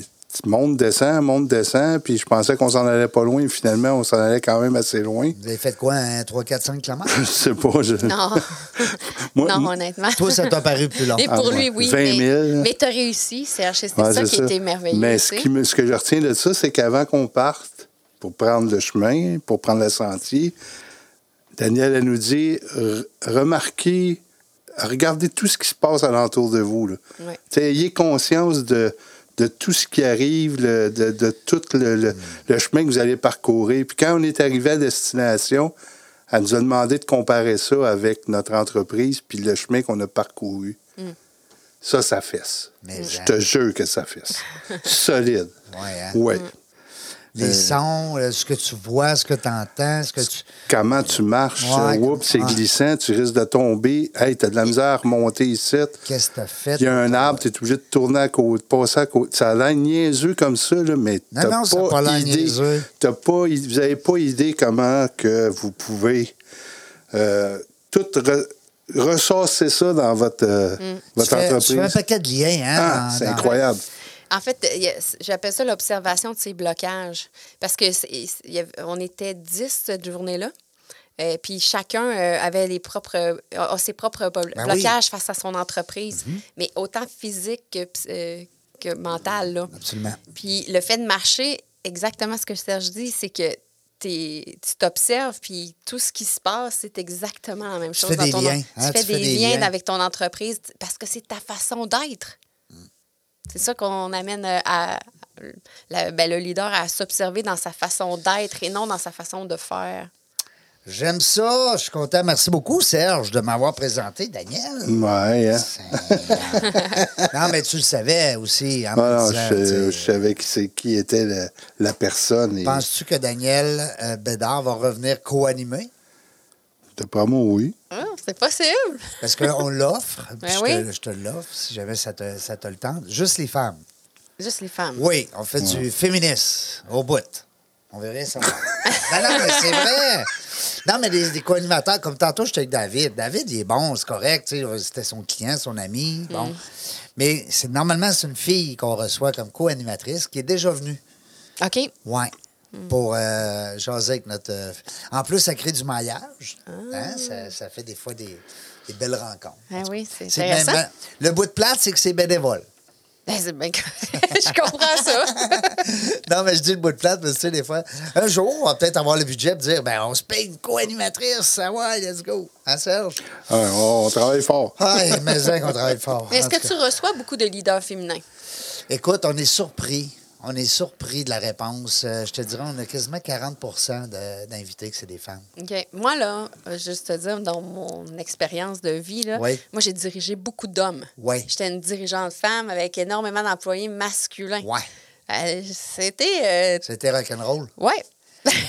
Speaker 2: monte, descend, monte, descend. Puis, je pensais qu'on s'en allait pas loin. Finalement, on s'en allait quand même assez loin.
Speaker 1: Vous avez fait quoi, un 3, 4, 5 km?
Speaker 2: Je sais pas. je-
Speaker 3: Non,
Speaker 2: Moi,
Speaker 3: non honnêtement.
Speaker 1: Toi, ça t'a paru plus long.
Speaker 3: Mais
Speaker 2: Ah,
Speaker 3: pour
Speaker 2: ouais.
Speaker 3: lui, oui.
Speaker 2: 20 000.
Speaker 3: Mais, mais t'as réussi, Serge. C'était
Speaker 2: Ouais,
Speaker 3: ça
Speaker 2: c'est
Speaker 3: qui était merveilleux.
Speaker 2: Mais ce,
Speaker 3: tu sais.
Speaker 2: qui me- ce que je retiens de ça, c'est qu'avant qu'on parte pour prendre le chemin, pour prendre le sentier, Daniel, elle nous dit re- remarquez, regardez tout ce qui se passe alentour de vous. Là.
Speaker 3: Ouais.
Speaker 2: Tu sais, Ayez conscience de, de tout ce qui arrive, le- de, de tout le, le- le chemin que vous allez parcourir. Puis quand on est arrivé à destination, elle nous a demandé de comparer ça avec notre entreprise puis le chemin qu'on a parcouru. Ça, ça fesse.
Speaker 1: Mais
Speaker 2: Je
Speaker 1: hein.
Speaker 2: te jure que ça fesse. Solide.
Speaker 1: Ouais, hein?
Speaker 2: Ouais.
Speaker 1: Les sons, euh, ce que tu vois, ce que tu entends, ce que tu.
Speaker 2: Comment tu marches,
Speaker 1: Ouais,
Speaker 2: euh, oups, c'est
Speaker 1: ouais.
Speaker 2: glissant, tu risques de tomber. Hey, t'as de la misère à remonter ici.
Speaker 1: Qu'est-ce que t'as fait?
Speaker 2: Il y a un arbre, t'es obligé de tourner à côté, de passer à côté. Ça a l'air niaiseux comme ça, là, mais
Speaker 1: Non,
Speaker 2: t'as
Speaker 1: non, ça a
Speaker 2: pas,
Speaker 1: pas l'air
Speaker 2: idée.
Speaker 1: niaiseux.
Speaker 2: T'as pas, i- vous n'avez pas idée comment que vous pouvez euh, tout re- ressourcez ça dans votre, euh, votre
Speaker 1: Mm. tu, fais,
Speaker 2: entreprise.
Speaker 1: tu fais un paquet de liens. Hein,
Speaker 2: Ah,
Speaker 1: dans-
Speaker 2: c'est
Speaker 1: dans-
Speaker 2: incroyable.
Speaker 3: En fait, il y a- j'appelle ça l'observation de ces blocages. Parce que c'est- il y avait- on était 10 cette journée-là. Euh, puis chacun euh, avait les propres, euh, a ses propres blo-
Speaker 1: Ben oui. Mm-hmm.
Speaker 3: blocages face à son entreprise, mais autant physique que, ps- euh, que mental. Là.
Speaker 1: Absolument.
Speaker 3: Puis le fait de marcher, exactement ce que Serge dit, c'est que t'es- tu t'observes, puis tout ce qui se passe, c'est exactement la même chose.
Speaker 1: fais
Speaker 3: dans
Speaker 1: des
Speaker 3: ton en-
Speaker 1: liens, hein,
Speaker 3: tu fais des, liens, avec ton entreprise t- parce que c'est ta façon d'être. C'est ça qu'on amène euh, à, la- ben, le leader à s'observer dans sa façon d'être et non dans sa façon de faire.
Speaker 1: J'aime ça. Je suis content. Merci beaucoup, Serge, de m'avoir présenté, Daniel.
Speaker 2: Ouais, hein.
Speaker 1: non, mais tu le savais aussi. En me
Speaker 2: Ah non,
Speaker 1: disant, tu
Speaker 2: je,
Speaker 1: sais.
Speaker 2: je savais qui, c'est- qui était le- la personne. Et,
Speaker 1: Penses-tu que Daniel euh, Bédard va revenir co-animé?
Speaker 2: D'après moi, oui.
Speaker 3: Ah, c'est possible.
Speaker 1: Parce qu'on l'offre. puis
Speaker 3: Ben
Speaker 1: je, te,
Speaker 3: oui.
Speaker 1: je te l'offre si jamais ça te, ça te le tente. Juste les femmes.
Speaker 3: Juste les femmes.
Speaker 1: Oui, on fait du féministe au bout. On verrait ça. non, non, mais c'est vrai. Non, mais des, des co-animateurs, comme tantôt, j'étais avec David. David, il est bon, c'est correct. tu sais, C'était son client, son ami. Bon. Mais c'est normalement, c'est une fille qu'on reçoit comme co-animatrice qui est déjà venue.
Speaker 3: OK.
Speaker 1: Ouais. Pour euh, jaser avec notre. euh, En plus, ça crée du maillage. Hein, Ça, ça fait des fois des, des belles rencontres.
Speaker 3: Ah oui, c'est
Speaker 1: C'est même- hein,
Speaker 3: intéressant.
Speaker 1: le bout de plate, c'est que c'est bénévole.
Speaker 3: Ben, c'est bien correct. Je comprends ça.
Speaker 1: non, mais je dis le bout de plate parce que, tu sais, des fois, un jour, on va peut-être avoir le budget pour dire, ben, on se paye une co-animatrice, ça va, let's go. Hein, Serge?
Speaker 2: Ah, on, on travaille fort.
Speaker 1: Ah, mais hein, qu'on travaille fort.
Speaker 3: Mais est-ce
Speaker 1: En
Speaker 3: que
Speaker 1: tout
Speaker 3: tu
Speaker 1: cas.
Speaker 3: reçois beaucoup de leaders féminins?
Speaker 1: Écoute, on est surpris. On est surpris de la réponse. Euh, je te dirais, on a quasiment 40 de- d'invités que c'est des femmes.
Speaker 3: OK. Moi, là, euh, juste te dire, dans mon expérience de vie, là,
Speaker 1: Oui.
Speaker 3: moi, j'ai dirigé beaucoup d'hommes.
Speaker 1: Oui.
Speaker 3: J'étais une dirigeante femme avec énormément d'employés masculins.
Speaker 1: Ouais.
Speaker 3: Euh, c'était. euh,
Speaker 1: C'était rock'n'roll.
Speaker 3: ouais.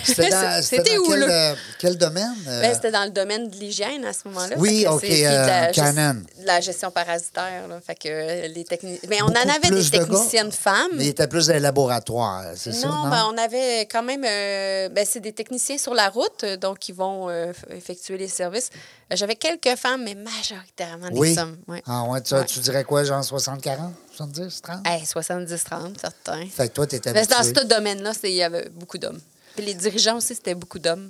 Speaker 1: C'était dans, c'était
Speaker 3: C'était
Speaker 1: dans
Speaker 3: où,
Speaker 1: quel,
Speaker 3: là?
Speaker 1: euh, quel domaine? euh?
Speaker 3: Ben, c'était dans le domaine de l'hygiène à ce moment-là.
Speaker 1: Oui,
Speaker 3: Fait que
Speaker 1: OK,
Speaker 3: c'est- puis de
Speaker 1: euh,
Speaker 3: la, gest-
Speaker 1: Canon.
Speaker 3: de la gestion parasitaire. là. Fait que euh, les techni- Mais on
Speaker 1: Beaucoup
Speaker 3: en avait
Speaker 1: plus
Speaker 3: des
Speaker 1: de gars.
Speaker 3: techniciennes femmes.
Speaker 1: Mais il était plus dans les laboratoires, c'est ça?
Speaker 3: Non, ben, on avait quand même. euh, ben, c'est des techniciens sur la route, euh, donc ils vont euh, f- effectuer les services. Euh, J'avais quelques femmes, mais majoritairement des
Speaker 1: oui.
Speaker 3: hommes. Ouais.
Speaker 1: Ah ouais, tu,
Speaker 3: Ouais.
Speaker 1: tu dirais quoi, genre 60-40, 70, 30?
Speaker 3: Hey, 70-30, certains.
Speaker 1: Fait que toi, t'étais
Speaker 3: Mais dans
Speaker 1: habitué.
Speaker 3: ce domaine-là, c'est- il y avait beaucoup d'hommes. Puis les dirigeants aussi, c'était beaucoup d'hommes.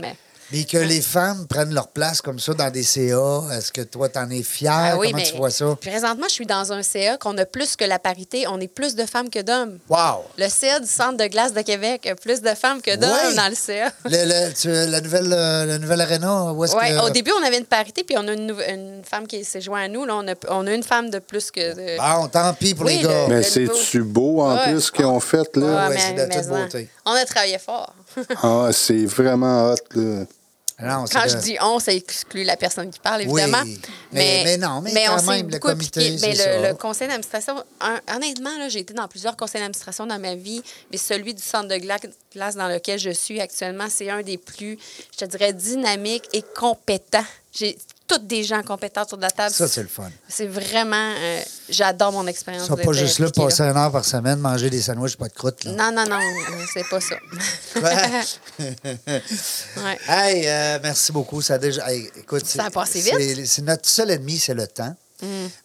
Speaker 3: Mais
Speaker 1: Mais que les femmes prennent leur place comme ça dans des CA, est-ce que toi, t'en es fier?
Speaker 3: Ah oui,
Speaker 1: Comment
Speaker 3: mais
Speaker 1: tu vois ça?
Speaker 3: Présentement, je suis dans un CA qu'on a plus que la parité, on est plus de femmes que d'hommes.
Speaker 1: Wow!
Speaker 3: Le CA du Centre de glace de Québec a plus de femmes que d'hommes
Speaker 1: Ouais.
Speaker 3: dans le CA.
Speaker 1: Le- le- tu- la nouvelle, euh, la nouvelle arena, où est-ce
Speaker 3: Ouais,
Speaker 1: que...
Speaker 3: au début, on avait une parité, puis on a une, nou- une femme qui s'est jointe à nous. Là, on, a, on a une femme de plus que. euh, de-
Speaker 1: Bon, tant pis pour
Speaker 3: Oui,
Speaker 1: les gars.
Speaker 3: le-
Speaker 2: Mais
Speaker 3: le niveau.
Speaker 2: c'est-tu beau en
Speaker 3: Ouais.
Speaker 2: plus qu'ils ont fait, là?
Speaker 1: ouais, c'est de toute
Speaker 3: en-
Speaker 1: beauté.
Speaker 3: On a travaillé fort.
Speaker 2: Ah, c'est vraiment hot, là.
Speaker 1: Non, c'est
Speaker 3: Quand
Speaker 1: de-
Speaker 3: je dis on, ça exclut la personne qui parle,
Speaker 1: Oui,
Speaker 3: évidemment.
Speaker 1: mais- mais non, mais quand
Speaker 3: s'est
Speaker 1: même, le
Speaker 3: beaucoup
Speaker 1: comité,
Speaker 3: impliqué. Mais
Speaker 1: c'est
Speaker 3: le,
Speaker 1: ça.
Speaker 3: le conseil d'administration, hon- honnêtement, là, j'ai été dans plusieurs conseils d'administration dans ma vie, mais celui du centre de gla- glace dans lequel je suis actuellement, c'est un des plus, je te dirais, dynamiques et compétents. J'ai toutes des gens compétents sur la table.
Speaker 1: Ça, c'est le fun.
Speaker 3: C'est vraiment. euh, J'adore mon expérience.
Speaker 1: Ils sont pas
Speaker 3: d'être
Speaker 1: juste là
Speaker 3: impliquée,
Speaker 1: passer une heure par semaine, manger des sandwichs, pas de croûte. Là.
Speaker 3: Non, non, non, euh, c'est pas ça. Ouais.
Speaker 1: Hey, euh, merci beaucoup. Ça a déjà. hey, écoute,
Speaker 3: Ça a
Speaker 1: c'est-
Speaker 3: passé vite. Mm.
Speaker 1: c'est- C'est notre seul ennemi, c'est le temps.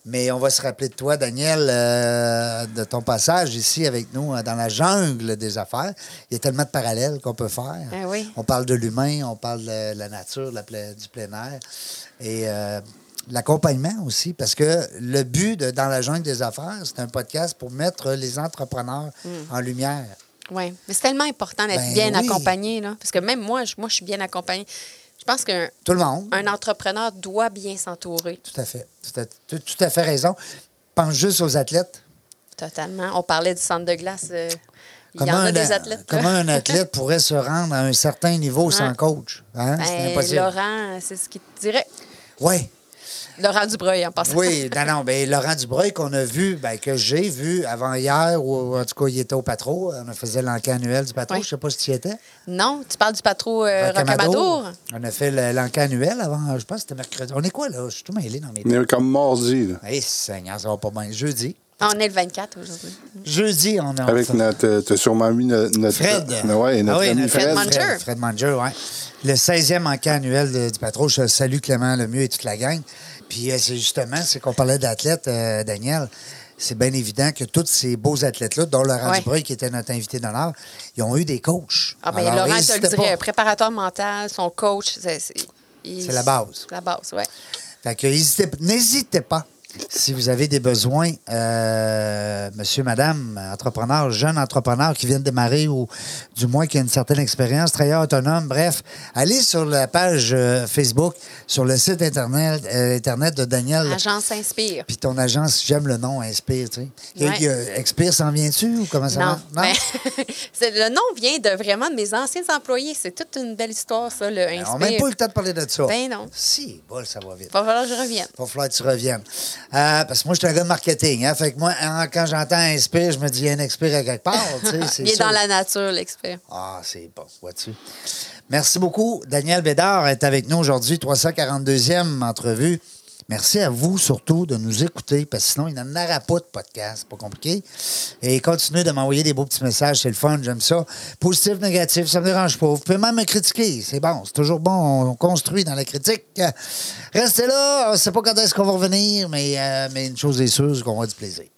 Speaker 1: Mais on va se rappeler de toi, Daniel, euh, de ton passage ici avec nous euh, dans la jungle des affaires. Il y a tellement de parallèles qu'on peut faire.
Speaker 3: Ah oui.
Speaker 1: On parle de l'humain, on parle de la nature, de la pla- du plein air et euh, l'accompagnement aussi, parce que le but de Dans la jungle des affaires, c'est un podcast pour mettre les entrepreneurs
Speaker 3: Mm.
Speaker 1: en lumière.
Speaker 3: Oui, mais c'est tellement important
Speaker 1: Ben
Speaker 3: d'être bien
Speaker 1: oui.
Speaker 3: accompagné, là. Parce que même moi, je, moi, je suis bien accompagnée. Je pense qu'un
Speaker 1: Tout le monde.
Speaker 3: un entrepreneur doit bien s'entourer
Speaker 1: Tout à fait. Tout à, tout- tout à fait raison. Pense juste aux athlètes.
Speaker 3: totalement. On parlait du centre de glace. euh, il y
Speaker 1: Comment
Speaker 3: en a
Speaker 1: un-
Speaker 3: des athlètes. là.
Speaker 1: Comment un athlète pourrait se rendre à un certain niveau sans coach? Hein?
Speaker 3: Ben,
Speaker 1: c'est impossible.
Speaker 3: Laurent, c'est ce qu'il te dirait.
Speaker 1: Oui,
Speaker 3: Laurent Dubreuil, en passant.
Speaker 1: oui. Non, non, ben, Laurent Dubreuil qu'on a vu, ben, que j'ai vu avant hier, ou en tout cas, il était au patro. On faisait l'enquête annuelle du patro.
Speaker 3: Oui.
Speaker 1: Je ne sais pas si tu y
Speaker 3: Euh,
Speaker 1: étais.
Speaker 3: Non, tu parles du patron euh, Rocamadour.
Speaker 1: On a fait le- l'enquête annuelle avant, je pense que c'était mercredi. On est quoi, là? Je suis tout mêlé dans mes
Speaker 2: On est comme mordi, là.
Speaker 1: Eh, Seigneur, ça va pas bien. Jeudi.
Speaker 3: Ah, On est le 24 aujourd'hui.
Speaker 1: Jeudi, on a.
Speaker 2: Avec notre. euh, T'as sûrement mis no- notre.
Speaker 1: Ah, Fred.
Speaker 2: Ouais, notre
Speaker 1: Ah oui,
Speaker 2: ami
Speaker 1: notre
Speaker 2: Fred.
Speaker 3: Fred Manger.
Speaker 1: Fred, Fred Manger, oui. Le 16e enquête annuel de- du patrouille. Je salue Clément Lemieux et toute la gang. Puis euh, c'est justement, c'est qu'on parlait d'athlètes, euh, Daniel. C'est bien évident que tous ces beaux athlètes-là, dont Laurent
Speaker 3: Ouais.
Speaker 1: Dubreuil, qui était notre invité d'honneur, ils ont eu des coachs.
Speaker 3: Ah, ben,
Speaker 1: Alors,
Speaker 3: Laurent te le
Speaker 1: n'hésitez
Speaker 3: dirait,
Speaker 1: pas.
Speaker 3: préparateur mental, son coach, c'est. C'est il-
Speaker 1: C'est la base.
Speaker 3: c'est La base, oui.
Speaker 1: Fait que hésitez- n'hésitez pas. Si vous avez des besoins, euh, monsieur, madame, entrepreneur, jeune entrepreneur qui vient de démarrer ou du moins qui a une certaine expérience, travailleur autonome, bref, allez sur la page euh, Facebook, sur le site Internet, euh, internet de Daniel.
Speaker 3: L'agence s'inspire.
Speaker 1: Puis ton agence, j'aime le nom, Inspire, tu sais. Il y a-
Speaker 3: Ouais.
Speaker 1: il y a- Expire, s'en vient-tu ou comment ça
Speaker 3: Non.
Speaker 1: marche?
Speaker 3: Ben, c'est- le nom vient de vraiment de mes anciens employés. C'est toute une belle histoire, ça, le Ben, Inspire.
Speaker 1: Ben, on n'a même pas eu le temps de parler de ça.
Speaker 3: Ben non.
Speaker 1: Si, bol, ça va vite.
Speaker 3: Va falloir que je revienne.
Speaker 1: Il va falloir que tu reviennes. Euh, parce que moi, je suis un gars de marketing. Hein, fait que moi, en- quand j'entends inspire, je me dis, il y a un expire à quelque part. tu sais, c'est
Speaker 3: Il est
Speaker 1: sûr.
Speaker 3: dans la nature, l'expert.
Speaker 1: Ah, c'est bon. Vois-tu? Merci beaucoup. Daniel Bédard est avec nous aujourd'hui, 342e entrevue. Merci à vous surtout de nous écouter, parce que sinon, il n'en aura pas de podcast. C'est pas compliqué. Et continuez de m'envoyer des beaux petits messages. C'est le fun, j'aime ça. Positif, négatif, ça me dérange pas. Vous pouvez même me critiquer. C'est bon, c'est toujours bon. On construit dans la critique. Restez là. On ne sait pas quand est-ce qu'on va revenir, mais, euh, mais une chose est sûre, c'est qu'on va avoir du plaisir.